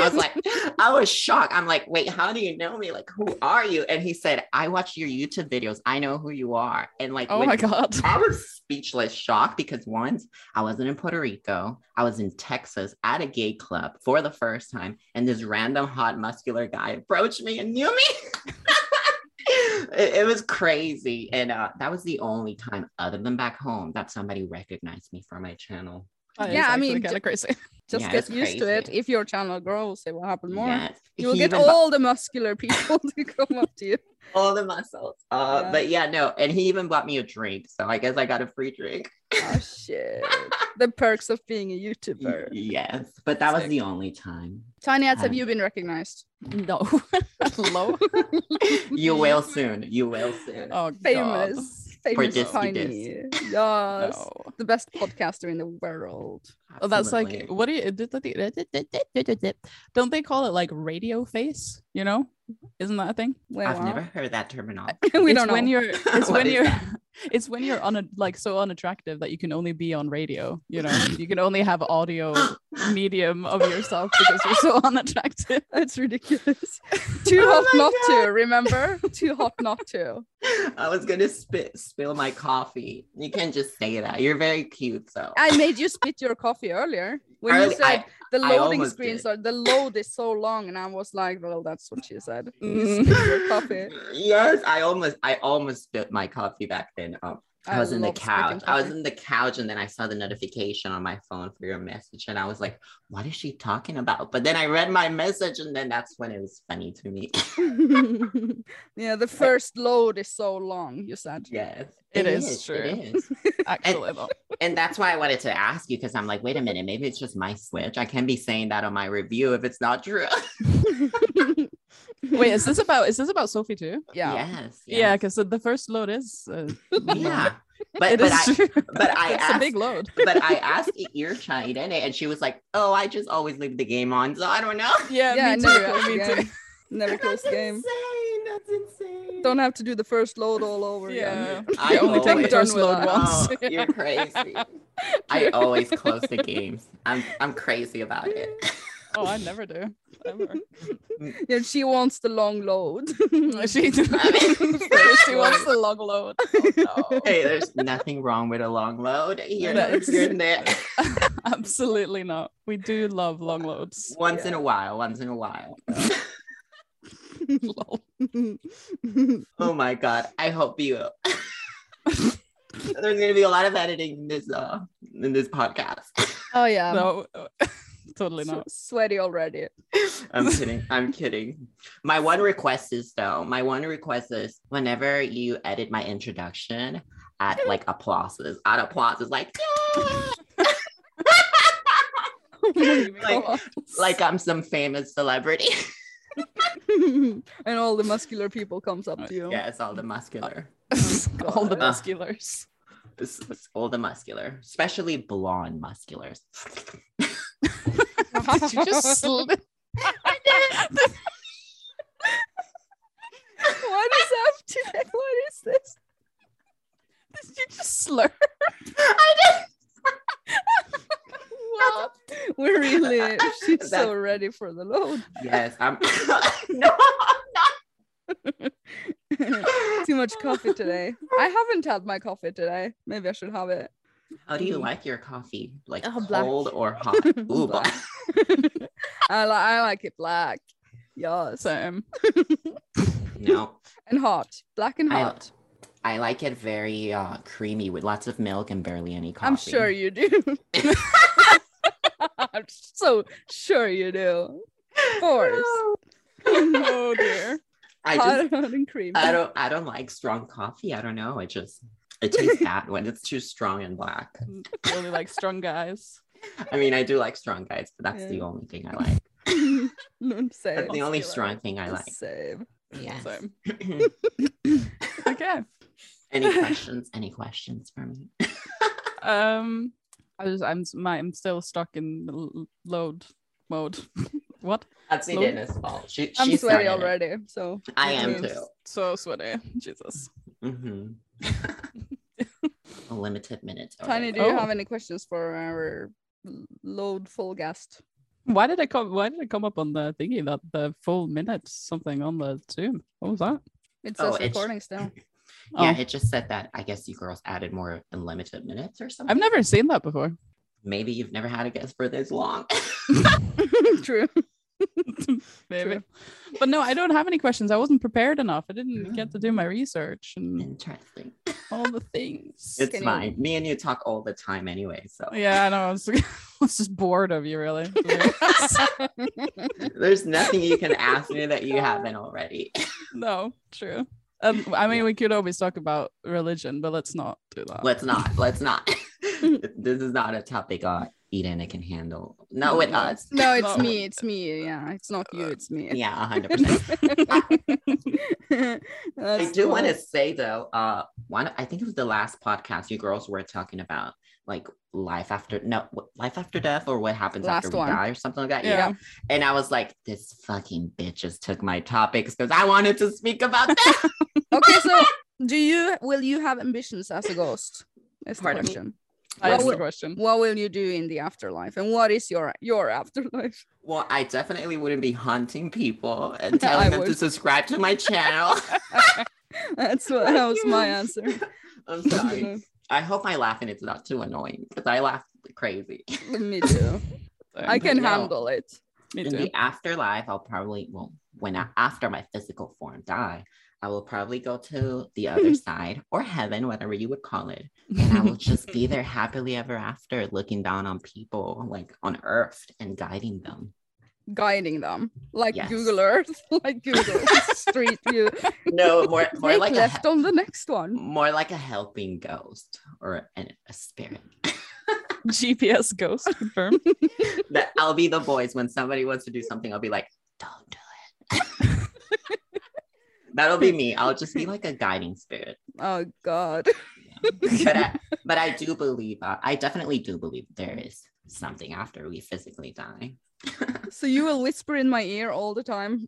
I was like, I was shocked. I'm like, wait, how do you know me? Like, who are you? And he said, I watch your YouTube videos. I know who you are. And like, "Oh when- my god." I was speechless, shocked because once I wasn't in Puerto Rico, I was in Texas at a gay club for the first time, and this random hot muscular guy approached me and knew me. it, it was crazy, and uh, that was the only time, other than back home, that somebody recognized me for my channel. Yeah, I mean, kind ju- of crazy. Just Yeah, get it's used to it. crazy. If your channel grows, it will happen more. Yes. You will He get even bu- all the muscular people to come up to you. all the muscles. Uh, Yeah. But yeah, no. And he even bought me a drink. So I guess I got a free drink. Oh shit. the perks of being a YouTuber. Yes. But that was Sick. the only time. Tiny ads, have Um, you been recognized? No. Hello? You will soon. You will soon. Oh, God. Famous. Famous Disney Tiny. Disc. Yes. No. The best podcaster in the world. Oh, that's like Absolutely. what do you don't they call it like radio face? You know, isn't that a thing? Well, I've never heard that terminology. we it's don't know. when you're it's What when is you're that? it's when you're on a like so unattractive that you can only be on radio. You know, you can only have audio medium of yourself because you're so unattractive. It's ridiculous. Too Oh hot my not to, remember? Too hot not to. I was gonna spit spill my coffee. You can just say that. You're very cute, so I made you spit your coffee earlier when you Early- said the I loading almost screens did. are the load is so long, and I was like, well, that's what she said. You spit your coffee. Yes, I almost I almost spit my coffee back then. Um, I, was in the love spitting couch. I was coffee. in the couch and then I saw the notification on my phone for your message and I was like, what is she talking about? But then I read my message and then that's when it was funny to me. yeah, the first load is so long, you said. yes. It is true. It is. Eh, Actually, though. and that's why I wanted to ask you because I'm like, wait a minute, maybe it's just my switch. I can't be saying that on my review if it's not true. wait, is this about is this about Sophie too? Yeah. Yes. Yeah, yes. because the first load is uh, Yeah. it But but is I, true. but I it's asked a big load. but I asked Ircha Irene, and she was like, "Oh, I just always leave the game on, so I don't know." Yeah, Yeah, me too. never close me the too. game. Never close the game. insane. That's insane. Don't have to do the first load all over Yeah. again. I You only take the always- first load Done once. Oh, you're crazy. I always close the games. I'm I'm crazy about it. Oh, I never do. Ever. Yeah, she wants the long load. she, she wants the long load. Oh, no. Hey, there's nothing wrong with a long load. You're, No, it's- you're there Absolutely not. We do love long loads. once in a while. Once in a while. Lol. Oh my god. I hope you. there's gonna be a lot of editing in this uh in this podcast. oh yeah. no, totally not. Sw- sweaty already. I'm kidding. I'm kidding. My one request is though, my one request is whenever you edit my introduction, add like applauses, add applauses, like, "Yay!" Oh my Like- God. like I'm some famous celebrity. and all the muscular people comes up to you. yeah, it's all the muscular. All the God. musculars. It's, it's all the muscular, especially blonde musculars. Did you just slip? what is up today? What is this? Did you just slur? What? We're really she's so That's- ready for the load. Yes, I'm. no, Too much coffee today. I haven't had my coffee today. Maybe I should have it. How do you Mm. like your coffee? Like Oh, black. cold or hot? Ooh, Black. black. I, li- I like it black. Yes. Same. No, And hot. Black and I- hot. I like it very uh, creamy with lots of milk and barely any coffee. I'm sure you do. I'm so sure you do. Of course. Oh dear. I hot, just hot and creamy. I don't I don't like strong coffee. I don't know. It just it tastes bad when it's too strong and black. Really like strong guys. I mean, I do like strong guys, but that's the Yeah. only thing I like. Don't say That's it. the only Muscular. strong thing I like. Same. Yes. Same. Okay. any questions? Any questions for me? Um, I was I'm s- my, I'm still stuck in l- l- load mode. what? That's Lol. Irena's fault. She, I'm she sweaty started it. already. So I Me am too. too. So sweaty. Jesus. Mm-hmm. A limited minutes. Tiny, do already. you Oh. have any questions for our l- load full guest? Why did I come? Why did I come up on the thingy that the full minute something on the Zoom? What was that? It Oh, says it's- recording still. Yeah, Oh. it just said that. I guess you girls added more unlimited minutes or something. I've never seen that before. Maybe you've never had a guest for this long. True. Maybe. But no, I don't have any questions. I wasn't prepared enough. I didn't get to do my research and Interesting. all the things. It's Can you- fine. Me and you talk all the time anyway. So yeah, I know. I was, I was just bored of you, really. there's nothing you can ask me that you haven't already. no, true. Um, I mean, we could always talk about religion, but let's not do that. Let's not. Let's not. this is not a topic uh, Eden I can handle. Not with No. us. No, it's No. me. It's me. Yeah, it's not you. It's me. Yeah, 100%. I do want to say though, uh, one I think it was the last podcast you girls were talking about like life after no what- life after death or what happens Last after one. we die or something like that. Yeah. Yeah. And I was like, this fucking bitch just took my topics because I wanted to speak about that. Okay, so do you will you have ambitions as a ghost? Is the Pardon me? question. I asked the Well, question. What will you do in the afterlife, and what is your your afterlife? well, I definitely wouldn't be hunting people and Yeah, I telling them to would. subscribe to my channel. That's what that was my answer. I'm sorry. I hope I laugh and it's not too annoying because I laugh crazy. me too. I can No. handle it. Me in too. the afterlife, I'll probably well when I, after my physical form die, I will probably go to the other side or heaven, whatever you would call it, and I will just be there happily ever after, looking down on people like on earth and guiding them. Guiding them like Yes. Google Earth, like Google Street View. No, more more Take like a left he- on the next one. more like a helping ghost or an, a spirit. GPS ghost confirmed. that I'll be the voice when somebody wants to do something. I'll be like, don't do it. That'll be me. I'll just be like a guiding spirit. Oh God. but I, but I do believe uh, I definitely do believe there is something after we physically die. So you will whisper in my ear all the time.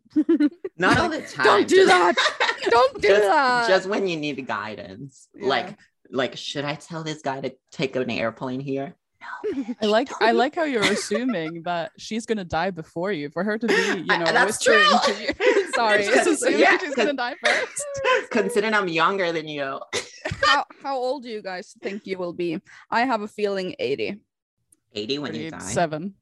Not all the time. Don't do just- that. Don't do just, that. Just when you need guidance, Yeah. like like should I tell this guy to take an airplane here? I like I like how you're assuming that she's gonna die before you for her to be, you I- know, that's whispering true. to you. Sorry, Because- just assuming yeah, she's gonna die first. Considering I'm younger than you, how how old do you guys think you will be? I have a feeling 80. eighty when you die. Thirty-seven.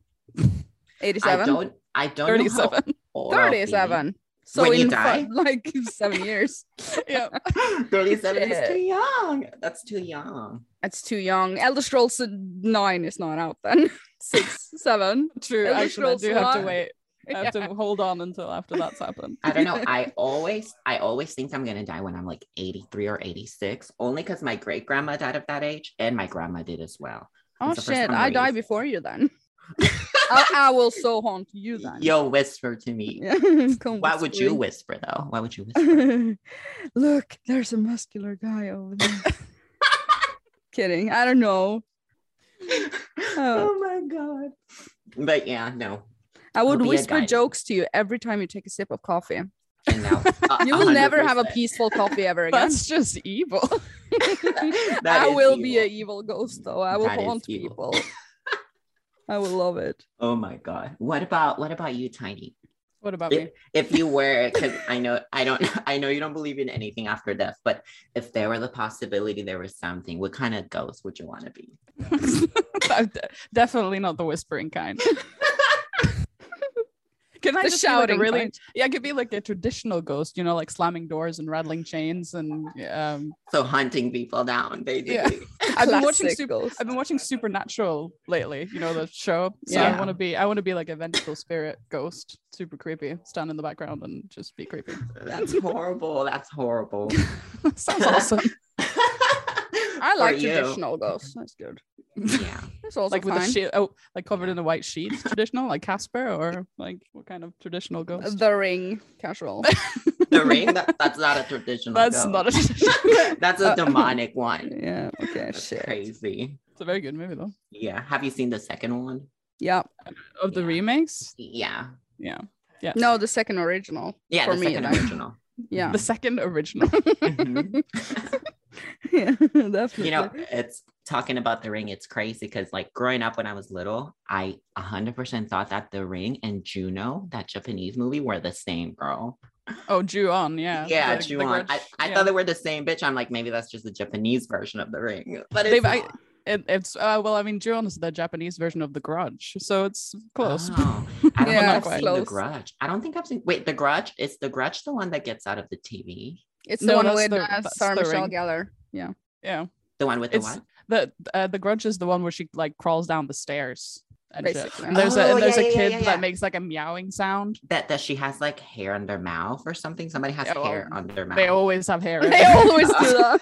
I 87. don't. I don't. Know how 37. old I'll be. 37. So When in you fi- like seven years. yeah. Thirty-seven Shit. is too young. That's too young. That's too young. Elder Scrolls 9 is not out then. Six, seven. True. Elder Actually, I Scrolls do have to one. wait. I have to hold on until after that's happened. I don't know. I always, I always think I'm gonna die when I'm like 83 or 86, only because my great grandma died of that age, and my grandma did as well. Oh It's the first shit, time I I've die used it. before you then. I, I will so haunt you then. Yo, whisper to me. Yeah, come Why would you whispering. whisper though? Why would you whisper? Look, there's a muscular guy over there. Kidding. I don't know. Uh, oh my god. But yeah, no. I would be a whisper guy. jokes to you every time you take a sip of coffee. And no. Uh, You will never have a 100%. peaceful coffee ever again. That's just evil. That I is will be an evil evil. ghost though. I will That is haunt evil. people. I will love it. Oh my god. What about what about you, Tiny? What about if, me? if you were because i know i don't i know you don't believe in anything after death but if there were the possibility there was something what kind of ghost would you want to be I'm de- definitely not the whispering kind. Can I The just be, like, a shouting really kind. yeah? I could be like a traditional ghost, you know, like slamming doors and rattling chains and um, so hunting people down basically Yeah. I've been watching Classic Super- ghost. I've been watching Supernatural lately, you know the show. So I Yeah. want to be I want to be like a vengeful spirit ghost, super creepy, stand in the background and just be creepy. that's horrible that's horrible Sounds awesome. I i like traditional ghosts. That's good. yeah That's also like with a fine. sheet, oh, like covered in a white sheet, traditional, like Casper, or like what kind of traditional The, ghost? ring casual. the ring that, that's not a traditional That's ghost. not a. it's that's a Uh, demonic one yeah. Okay. that's Shit. crazy a very good movie though. yeah have you seen the second one Yeah. Of the Yeah. remakes, yeah yeah, yeah. No, the second original. yeah For the me, second like- original Yeah. the second original. Mhm. yeah. Definitely. you know it's talking about the ring it's crazy because like growing up when i was little i 100% thought that the ring and juno that japanese movie were the same girl oh, Ju-on, yeah, yeah the- the Ju-on. i, grudge, I yeah. thought they were the same bitch i'm like maybe that's just the japanese version of the ring but it's They've- I- not. It, it's uh, well, I mean, Juon is the Japanese version of The Grudge, so it's close. Oh, I don't Yeah, think I've seen close. The Grudge. I don't think I've seen. Wait, The Grudge is The Grudge the one that gets out of the TV? It's No, the one that's with the- uh, that's Sarah the Michelle ring. Gellar. Yeah. yeah, The one with the It's- what? the uh, The Grudge is the one where she like crawls down the stairs and shit. Basically. And there's Oh, a and there's yeah, a yeah, yeah, kid yeah, yeah. that makes like a meowing sound. That that she has like hair on their mouth or something. Somebody has Yeah, well, hair on their mouth. They always have hair. in They it. always do that.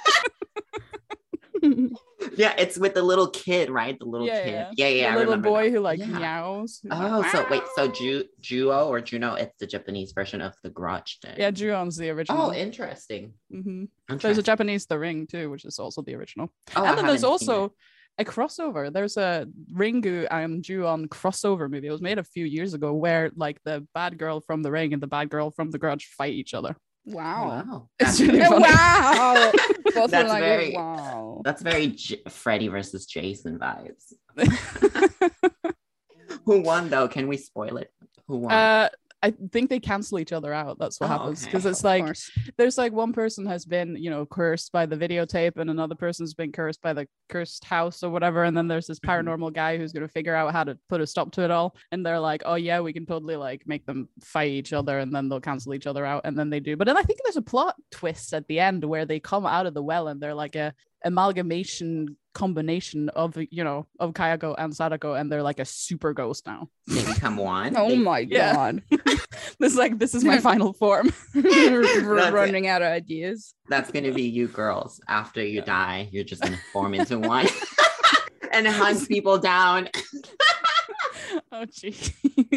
yeah, it's with the little kid, right? The little Yeah, kid. yeah. Yeah, yeah. I the little remember boy now. who like Yeah. meows. He's Oh, like, so wait, so "Meow." Ju Juo or Juno? It's the Japanese version of The Grudge. Then. yeah, Juon's the original. Oh, interesting. Mhm. There's a interesting. Japanese The Ring too, which is also the original. Oh, I and then there's haven't seen it. also a crossover. There's a Ringu and Ju-on crossover movie. It was made a few years ago where like the bad girl from the ring and the bad girl from the grudge fight each other. Oh, wow. wow. It's That's, really Yeah, funny. wow. Oh, Both were That's like, very- wow. that's very J- Freddy versus Jason vibes. Who won though? Can we spoil it? Who won? uh I think they cancel each other out. That's what Oh, happens. okay. Because it's Of like course. there's like one person has been, you know, cursed by the videotape and another person's been cursed by the cursed house or whatever. And then there's this Mm-hmm. Mhm. paranormal guy who's gonna figure out how to put a stop to it all. And they're like, Oh yeah, we can totally like make them fight each other and then they'll cancel each other out. And then they do. But then I think there's a plot twist at the end where they come out of the well and they're like a amalgamation combination of you know of Kayako and Sadako and they're like a super ghost now. they become one. Oh They- my Yeah. god. It's like this is my final form. We're That's it. running out of ideas. That's gonna be you girls. After you die, you're just gonna form into one and hunt people down. oh gee.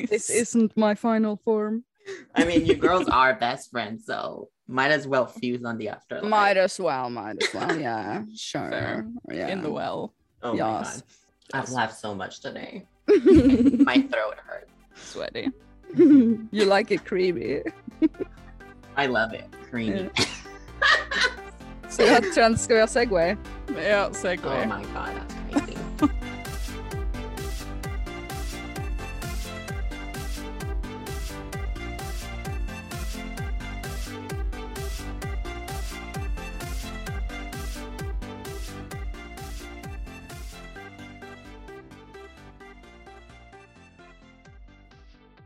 This isn't my final form. I mean, you girls are best friends, so might as well fuse on the afterlife. Might as well, might as well. Yeah, sure. Fair. Yeah. in the well. oh my Yes. god. I've laughed so much today. the My throat hurts. Sweaty. you like it creamy. I love it. Creamy. Ska vi ha, trans- ska vi ha segway? Yeah, segue. Oh my god, that's crazy.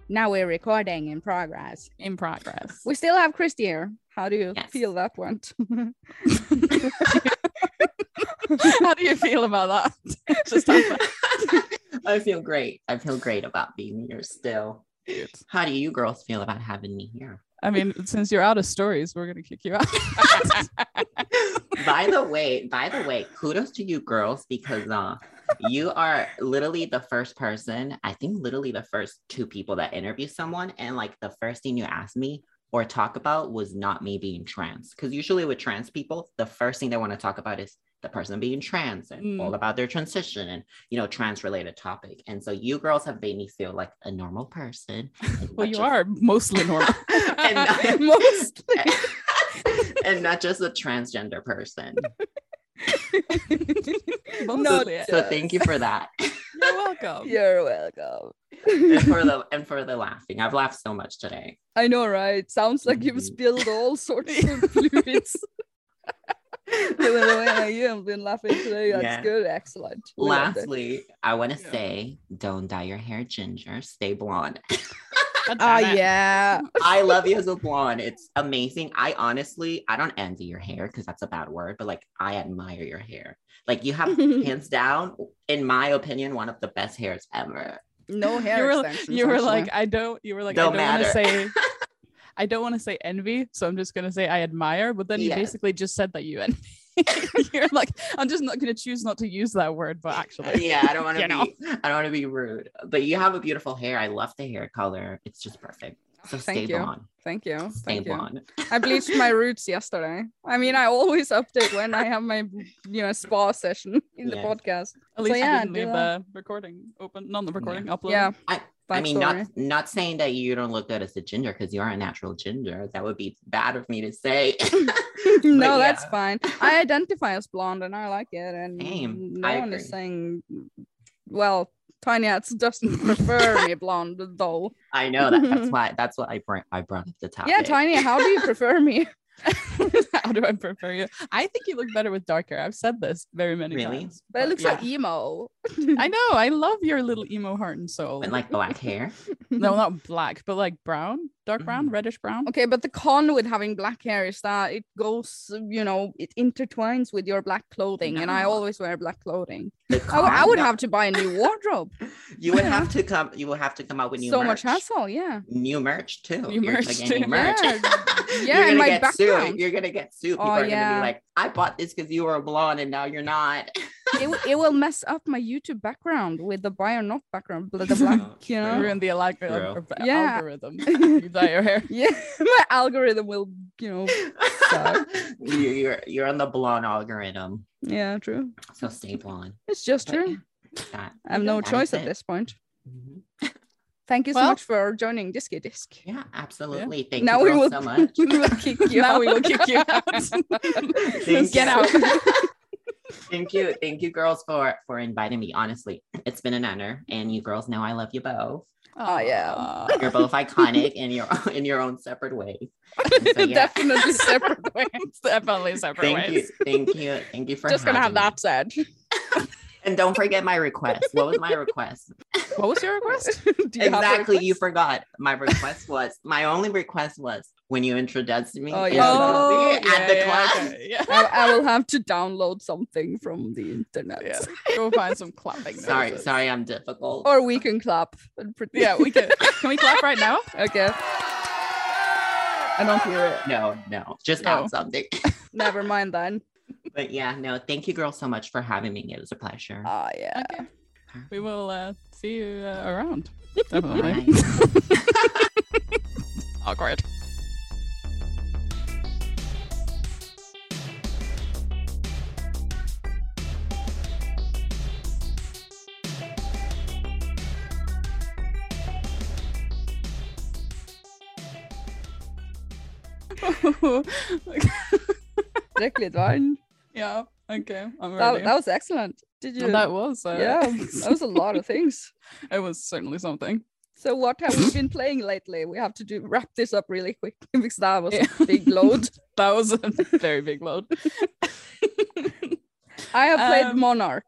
Now we're recording in progress. In progress. We still have Christy here. How do you Yes. feel that went? How do you feel about that? Just that I feel great. I feel great about being here still. How do you girls feel about having me here? I mean, since you're out of stories, we're gonna kick you out. By the way, by the way, kudos to you girls because uh you are literally the first person, I think literally the first two people that interview someone and like the first thing you asked me or talk about was not me being trans. Cuz usually with trans people, the first thing they want to talk about is the person being trans and Mm. all about their transition and you know trans related topic. And so you girls have made me feel like a normal person. and well, not you just- are mostly normal. and, not, Mostly. and not just a transgender person. No, mostly. So thank you for that. You're welcome. You're welcome. and for the and for the laughing. I've laughed so much today. I know, right? Sounds like Mhm. you've spilled all sorts of fluids. Given away like you have been laughing today. That's Yeah. good. Excellent. We loved it. Lastly, I want to Yeah. say don't dye your hair ginger, stay blonde. God Ah, damn it. yeah. I love you as a blonde. It's amazing. I honestly, I don't envy your hair because that's a bad word, but like I admire your hair. Like you have hands down, in my opinion, one of the best hairs ever. No hair you were, extensions. you were actually. like, I don't. You were like, Don't I don't want to matter. say. I don't want to say envy, so I'm just gonna say I admire. But then you Yes. basically just said that you envy. You're like, I'm just not gonna choose not to use that word, but actually, yeah, I don't want You to know? be. I don't want to be rude, but you have a beautiful hair. I love the hair color. It's just perfect. So stay Oh, Thank you. blonde. Thank you. Stay Thank you. blonde. I bleached my roots yesterday. I mean, I always update when I have my, you know, spa session in the Yeah. podcast. At least yeah, you didn't do leave that. the recording open, not the recording upload. Yeah. I- I mean, backstory. not not saying that you don't look good as a ginger because you are a natural ginger. That would be bad of me to say. no, that's yeah. fine. I identify as blonde and I like it. And Same. no I one is agree. saying, well, Tiny Hats doesn't prefer me blonde, though. I know that. That's why. That's what I brought. I brought up the topic. Yeah, Tiny, how do you prefer me? How do I prefer you? I think you look better with dark hair. I've said this very many Really? times. But it looks yeah. like emo. I know. I love your little emo heart and soul. But like black hair. no, not black, but like brown, dark brown, Mhm. reddish brown. Okay, but the con with having black hair is that it goes, you know, it intertwines with your black clothing, and I No. always wear black clothing. The Oh, I, w- I would con- have to buy a new wardrobe. You would Yeah. have to come. You would have to come out with new so merch. much hassle, yeah. New merch too. New You're merch like, too. New merch. Yeah, You're and gonna my get background. sued. You're gonna get sued. People Oh, are yeah. gonna be like, "I bought this because you were a blonde and now you're not." It, w- it will mess up my YouTube background with the buy or not background, bl- the black, you know. Ruin the alg- True. al- al- Yeah. algorithm. you dye your hair. Yeah, my algorithm will, you know. So- you're, you're you're on the blonde algorithm, Yeah, true. so stay blonde. It's just But true. That, I have no that's choice at it. this point. Mhm. Thank you so Well- much for joining Disky Disc. Yeah, absolutely. Thank now you we will, girls, so much. we will kick you now out. we will kick you out. Thank Get you. out. Thank you, thank you, girls, for for inviting me. Honestly, it's been an honor, and you girls know I love you both. Oh, yeah. Aw. You're both iconic in your in your own separate ways. And so, yeah, Definitely separate. It's Definitely separate thank ways. you, thank you, thank you for Just gonna have having me. that said. And don't forget my request. What was my request? What was your request? Do you have a exactly, you request? forgot. My request was my only request was when you introduced me. Oh, it yeah. was gonna be at the yeah, class. yeah, okay, yeah. I, I will have to download something from the internet, Yeah. Go find some clapping. Sorry, noises. sorry, I'm difficult. or we can clap. and pretend- Yeah, we can. Can we clap right now? okay. I don't hear it. no, no, just No. out something. Never mind then. But yeah, no, thank you, girls, so much for having me. It was a pleasure. Ah, yeah. Okay. We will uh, see you uh, around. Definitely. Bye. Awkward. Drick litt vann. yeah. Okay. I'm ready. That, that was excellent. Did you? And that was. Uh, yeah, that was a lot of things. it was certainly something. So what have we been playing lately? We have to do wrap this up really quick because that was Yeah. a big load. That was a very big load. I have played Um, Monarch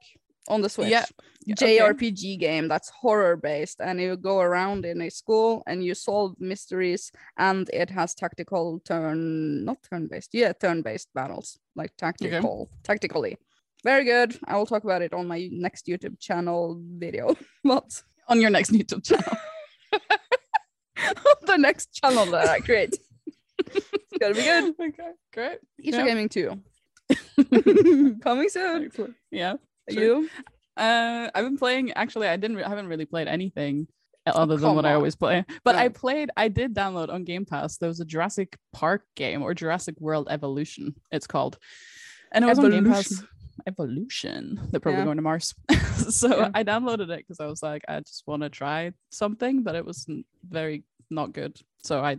on the Switch. yeah, okay. JRPG game that's horror based, and you go around in a school and you solve mysteries, and it has tactical turn, not turn based, yeah, turn based battles, like tactical, tactically. Very good. I will talk about it on my next YouTube channel video, but On your next YouTube channel. the next channel that I create. it's gonna be good. Okay. Great. Isha Yeah. Gaming 2. Coming soon. Excellent. Yeah. Sure. You? Uh, I've been playing. Actually, I didn't. Re- I haven't really played anything other than come what I on. always play. But I No. played. I did download on Game Pass. There was a Jurassic Park game or Jurassic World Evolution. It's called, and it was on Game Pass. Evolution. They're probably Yeah. going to Mars. so Yeah. I downloaded it because I was like, I just want to try something, but it was n- very not good. So I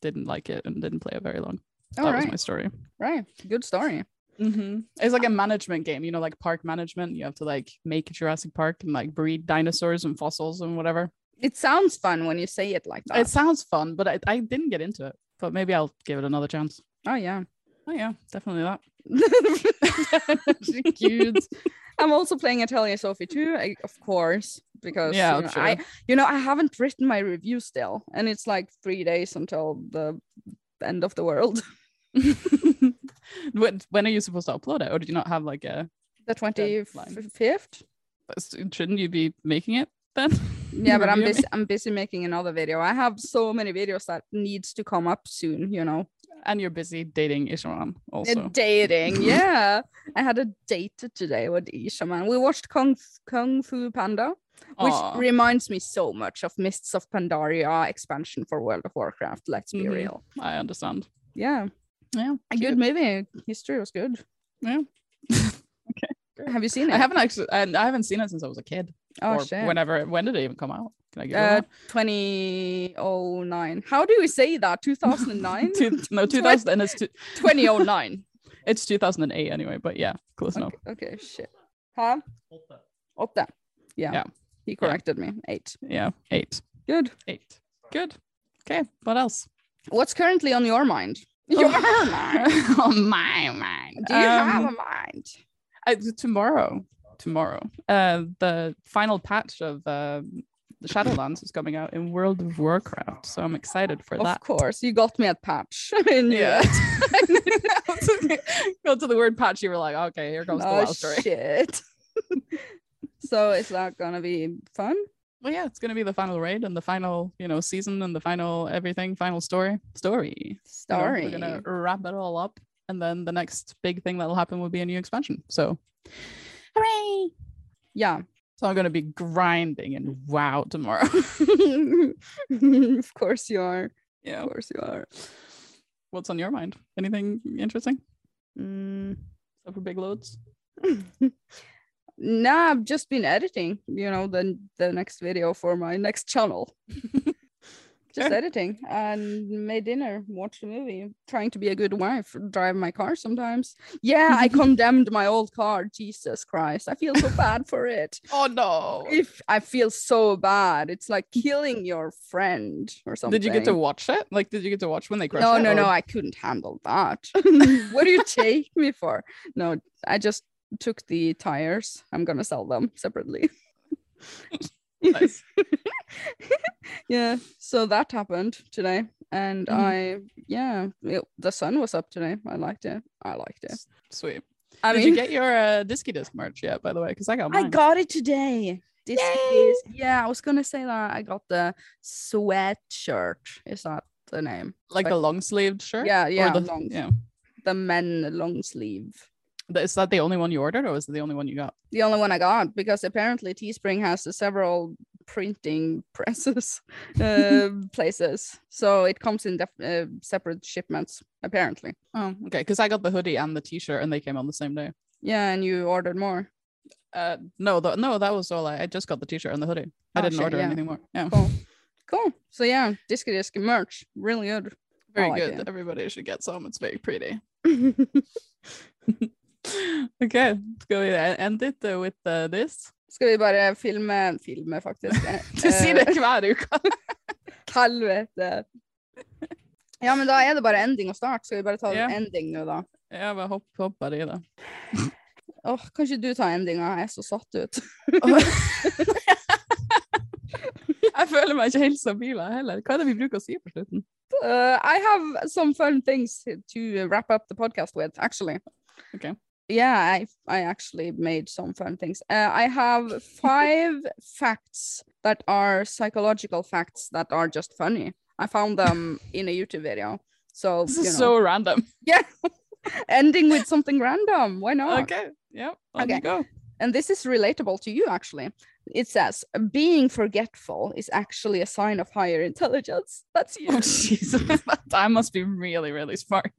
didn't like it and didn't play it very long. All that right. was my story. Right. Good story. Mm-hmm. It's like a management game, you know, like park management. You have to like make Jurassic Park and like breed dinosaurs and fossils and whatever. It sounds fun when you say it like that. It sounds fun, but I, I didn't get into it. But maybe I'll give it another chance. oh yeah. Oh yeah, definitely that. cute. I'm also playing Atelier Sophie too, I, of course, because Yeah, you know, sure. I you know I haven't written my review still, and it's like three days until the end of the world, when, when are you supposed to upload it, or do you not have like a? the twenty fifth. Shouldn't you be making it then? Yeah, but I'm Review busy. I'm busy making another video. I have so many videos that needs to come up soon. You know, it? and you're busy dating Ishram And also. dating. Yeah, I had a date today with Isha. Man, we watched Kung Kung Fu Panda. which Aw. reminds me so much of Mists of Pandaria expansion for World of Warcraft. Let's be Mhm. real. I understand. Yeah, Yeah, a good movie. History was good. Yeah. Great. Have you seen it? I haven't actually. I, I haven't seen it since I was a kid. Oh or shit. whenever when did it even come out? Can I give Uh, 2009. How do we say that? 2009? Two, no, 2000 and it's two, 2009. it's 2008 anyway, but yeah, close enough. Okay, okay, shit. Huh? Åtte. Åtta. Yeah. Yeah. He corrected me. Eight. Yeah, eight, Good. eight. Good. Okay, what else? What's currently on your mind? You are mine. oh my mind. Do you have Um, a mind? I, tomorrow, tomorrow, uh, the final patch of uh, the Shadowlands is coming out in World of Warcraft, so I'm excited for Of that. course, you got me at patch. I knew Yeah. it. Go to the word patch. You were like, okay, here comes the Oh, wild story. shit. so is that gonna be fun? Well, yeah, it's gonna be the final raid and the final, you know, season and the final everything, final story, story. You know, Starring. we're gonna wrap it all up, and then the next big thing that'll happen will be a new expansion. So, hooray! Yeah. So I'm gonna be grinding and wow tomorrow. of course you are. yeah. Of course you are. What's on your mind? Anything interesting? Mm. Except for big loads. nah, I've just been editing, you know, the the next video for my next channel. just Okay. editing and made dinner, watched a movie, trying to be a good wife, drive my car sometimes. Yeah, I condemned my old car. Jesus Christ. I feel so bad for it. Oh no! If I feel so bad, it's like killing your friend or something. Did you get to watch it? Like, did you get to watch when they crushed No, it? no, or- no, I couldn't handle that. what do you take me for? No, I just took the tires. I'm gonna sell them separately. Nice. yeah, so that happened today. And Mhm. I, yeah, it- the sun was up today. I liked it. I liked it. Sweet. I did mean, you get your uh, Disky Disc merch yet? By the way, because I got mine. I got it today. This Yay! is, yeah, I was gonna say that I got the sweatshirt. Is that the name? like the long sleeved shirt. Yeah, yeah, the, long- yeah. The men long sleeve. Th- Is that the only one you ordered, or was it the only one you got? the only one I got because apparently Teespring has several printing presses uh, places, so it comes in def- uh, separate shipments apparently. Oh, okay. Because I got the hoodie and the T-shirt, and they came on the same day. Yeah, and you ordered more. Uh, no, th- no, that was all. I, I just got the T-shirt and the hoodie. I Oh, didn't shit, order yeah. anything more. Yeah, Cool, cool. So yeah, Disky Disky merch, really good. Oh, very like good. it. Everybody should get some. It's very pretty. okay, let's go ahead and end it uh, with uh, this. Skal vi bare filme filme, faktisk? Eh, Du sier det eh, hver uke. Helvete. Ja, men da er det bare ending og start. Skal vi bare ta Ja. ending nå, da? Ja, bare hopp, hopp bare i det. Åh, Kanskje du tar endinga? Jeg er så satt ut. Jeg føler meg ikke helt stabil jeg heller. Hva er det vi bruker å si på slutten? uh, I have some fun things to wrap up the podcast with, actually. Okay. Yeah, I I actually made some fun things. Uh, I have five facts that are psychological facts that are just funny. I found them in a YouTube video. So, This you know, is so random. ending with something random. Why not? Okay. Yep. On Okay. you go. and this is relatable to you actually it says being forgetful is actually a sign of higher intelligence that's you Oh Jesus. I must be really, really smart.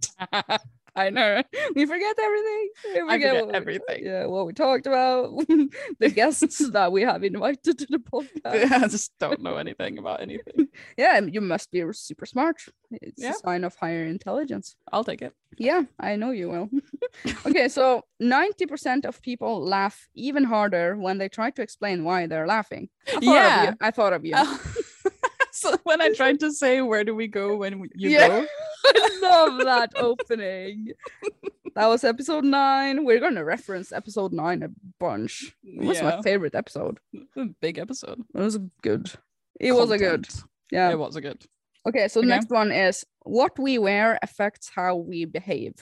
i know we forget everything we I forget what we- everything. yeah what we talked about the guests that we have invited to the podcast I just don't know anything about anything. yeah you must be super smart it's Yeah. a sign of higher intelligence I'll take it. Yeah, I know you will. okay, so 90% of people laugh even harder when they try to explain why they're laughing. I thought Of Yeah. you. I thought of you. so when I tried to say where do we go when we- you Yeah. go, I love that opening. That was episode nine. We're going to reference episode nine a bunch. It was yeah, my favorite episode. it's a big episode. It was good. It was a good. Content. Yeah. It was a good. Okay, so Okay. next one is what we wear affects how we behave.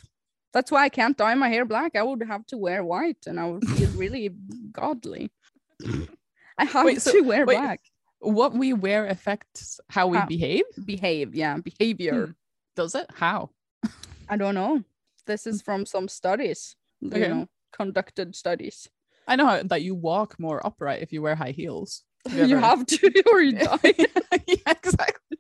That's why I can't dye my hair black. I would have to wear white and I would feel really godly. I have Wait, so- to wear wait. black. What we wear affects how we How- behave. Behave, yeah, behavior. Hmm. Does it? How? I don't know. This is from some studies, you Okay. know, conducted studies. I know how, that you walk more upright if you wear high heels. You ever- have to, or you die. yeah, exactly.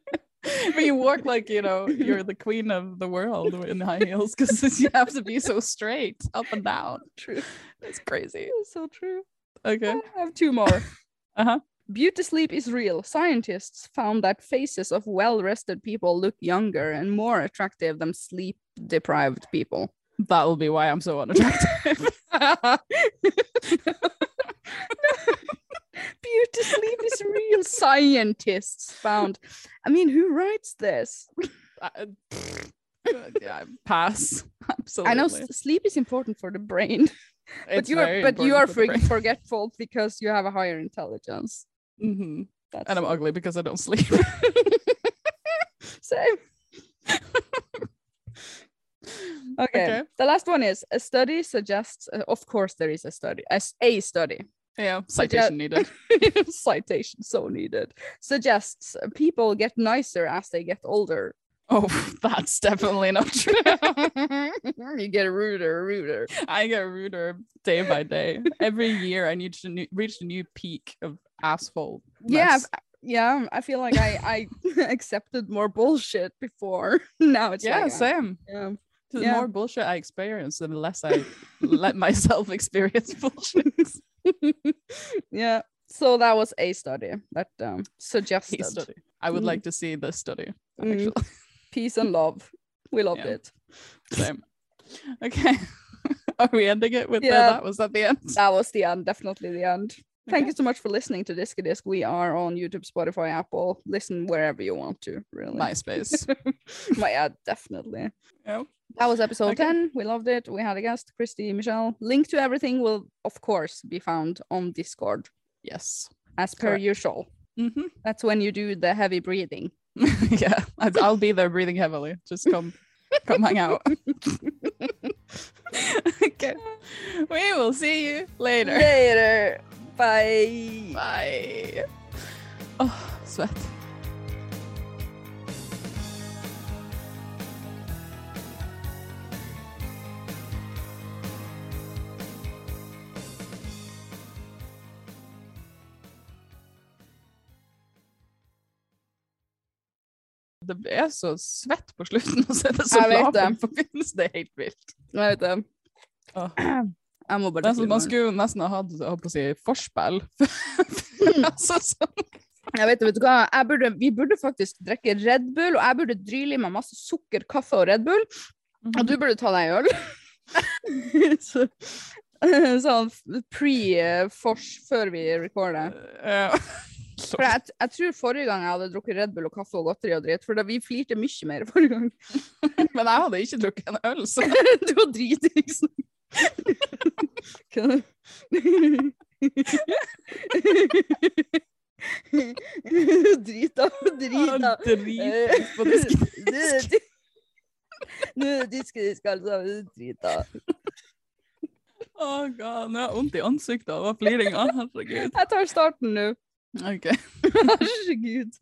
But you walk like you know you're the queen of the world in high heels because you have to be so straight up and down. True. It's crazy. It's so true. Okay. I have two more. Uh-huh. Beauty sleep is real. Scientists found that faces of well rested people look younger and more attractive than sleep deprived people. That will be why I'm so unattractive. Beauty sleep is real. Scientists found. I mean, who writes this? I- yeah, pass. Absolutely. I know s- sleep is important for the brain, but It's you are very but you are important for the for brain. forgetful because you have a higher intelligence. mm-hmm. Mhm. That's And I'm ugly because I don't sleep. same. Okay. Okay. The last one is a study suggests. uh, of course, there is a study. A, s- a study Yeah, citation needed. citation so needed suggests people get nicer as they get older. Oh, that's definitely not true. you get ruder, ruder. I get ruder day by day. Every year, I need to new, reach a new peak of asshole. Yeah, mess. I- yeah. I feel like I I accepted more bullshit before. Now it's yeah, like, uh, same. yeah. The Yeah. more bullshit I experience, the less I let myself experience bullshit. yeah. So that was a study that um, suggested Case study. I would Mm. like to see this study. Mm. Actually, peace and love. We loved Yeah. it. same. Okay. Are we ending it with uh, Yeah. that? Was that the end? That was the end, definitely the end. Thank Okay. you so much for listening to Disc Disc. We are on YouTube, Spotify, Apple. Listen wherever you want to, really. MySpace. My ad, definitely. Yeah. That was episode Oh. Okay. 10. We loved it. We had a guest, Christy, Michelle. Link to everything will, of course, be found on Discord Yes. as per Correct. usual. hmm That's when you do the heavy breathing. yeah, I, I'll be there breathing heavily. Just come, come hang out. okay. We will see you later. Later. Bye. Bye. Oh, sweat. Det ble så svett på slutten, og så er det så Jeg vet lavt det. på forbindelse. Det er helt vilt. Jeg vet det. Åh. Jeg må bare Det skrive er sånn, man den. skulle jo nesten ha hatt jeg holdt på å si, forspill. altså, sånn. Jeg vet, det, vet du hva? Jeg burde, vi burde faktisk drikke Red Bull, og jeg burde dryle i meg masse sukker, kaffe og Red Bull. Og du burde ta deg en øl. Så- sånn pre-fors før vi recorder. Eh, For jeg, jeg tror forrige gang jeg hadde drukket Red Bull og kaffe og godteri og dritt, for da vi flirte mye mer forrige gang. Men jeg hadde ikke drukket en øl, så Du var dritings. Kødder. Drita, drita. drit på disken. Eh, Nå er disk, disk, alle sammen. Drita. Å, god, nå har jeg vondt i ansiktet av fliringa. Herregud. Jeg tar starten nå. Ok. Herregud.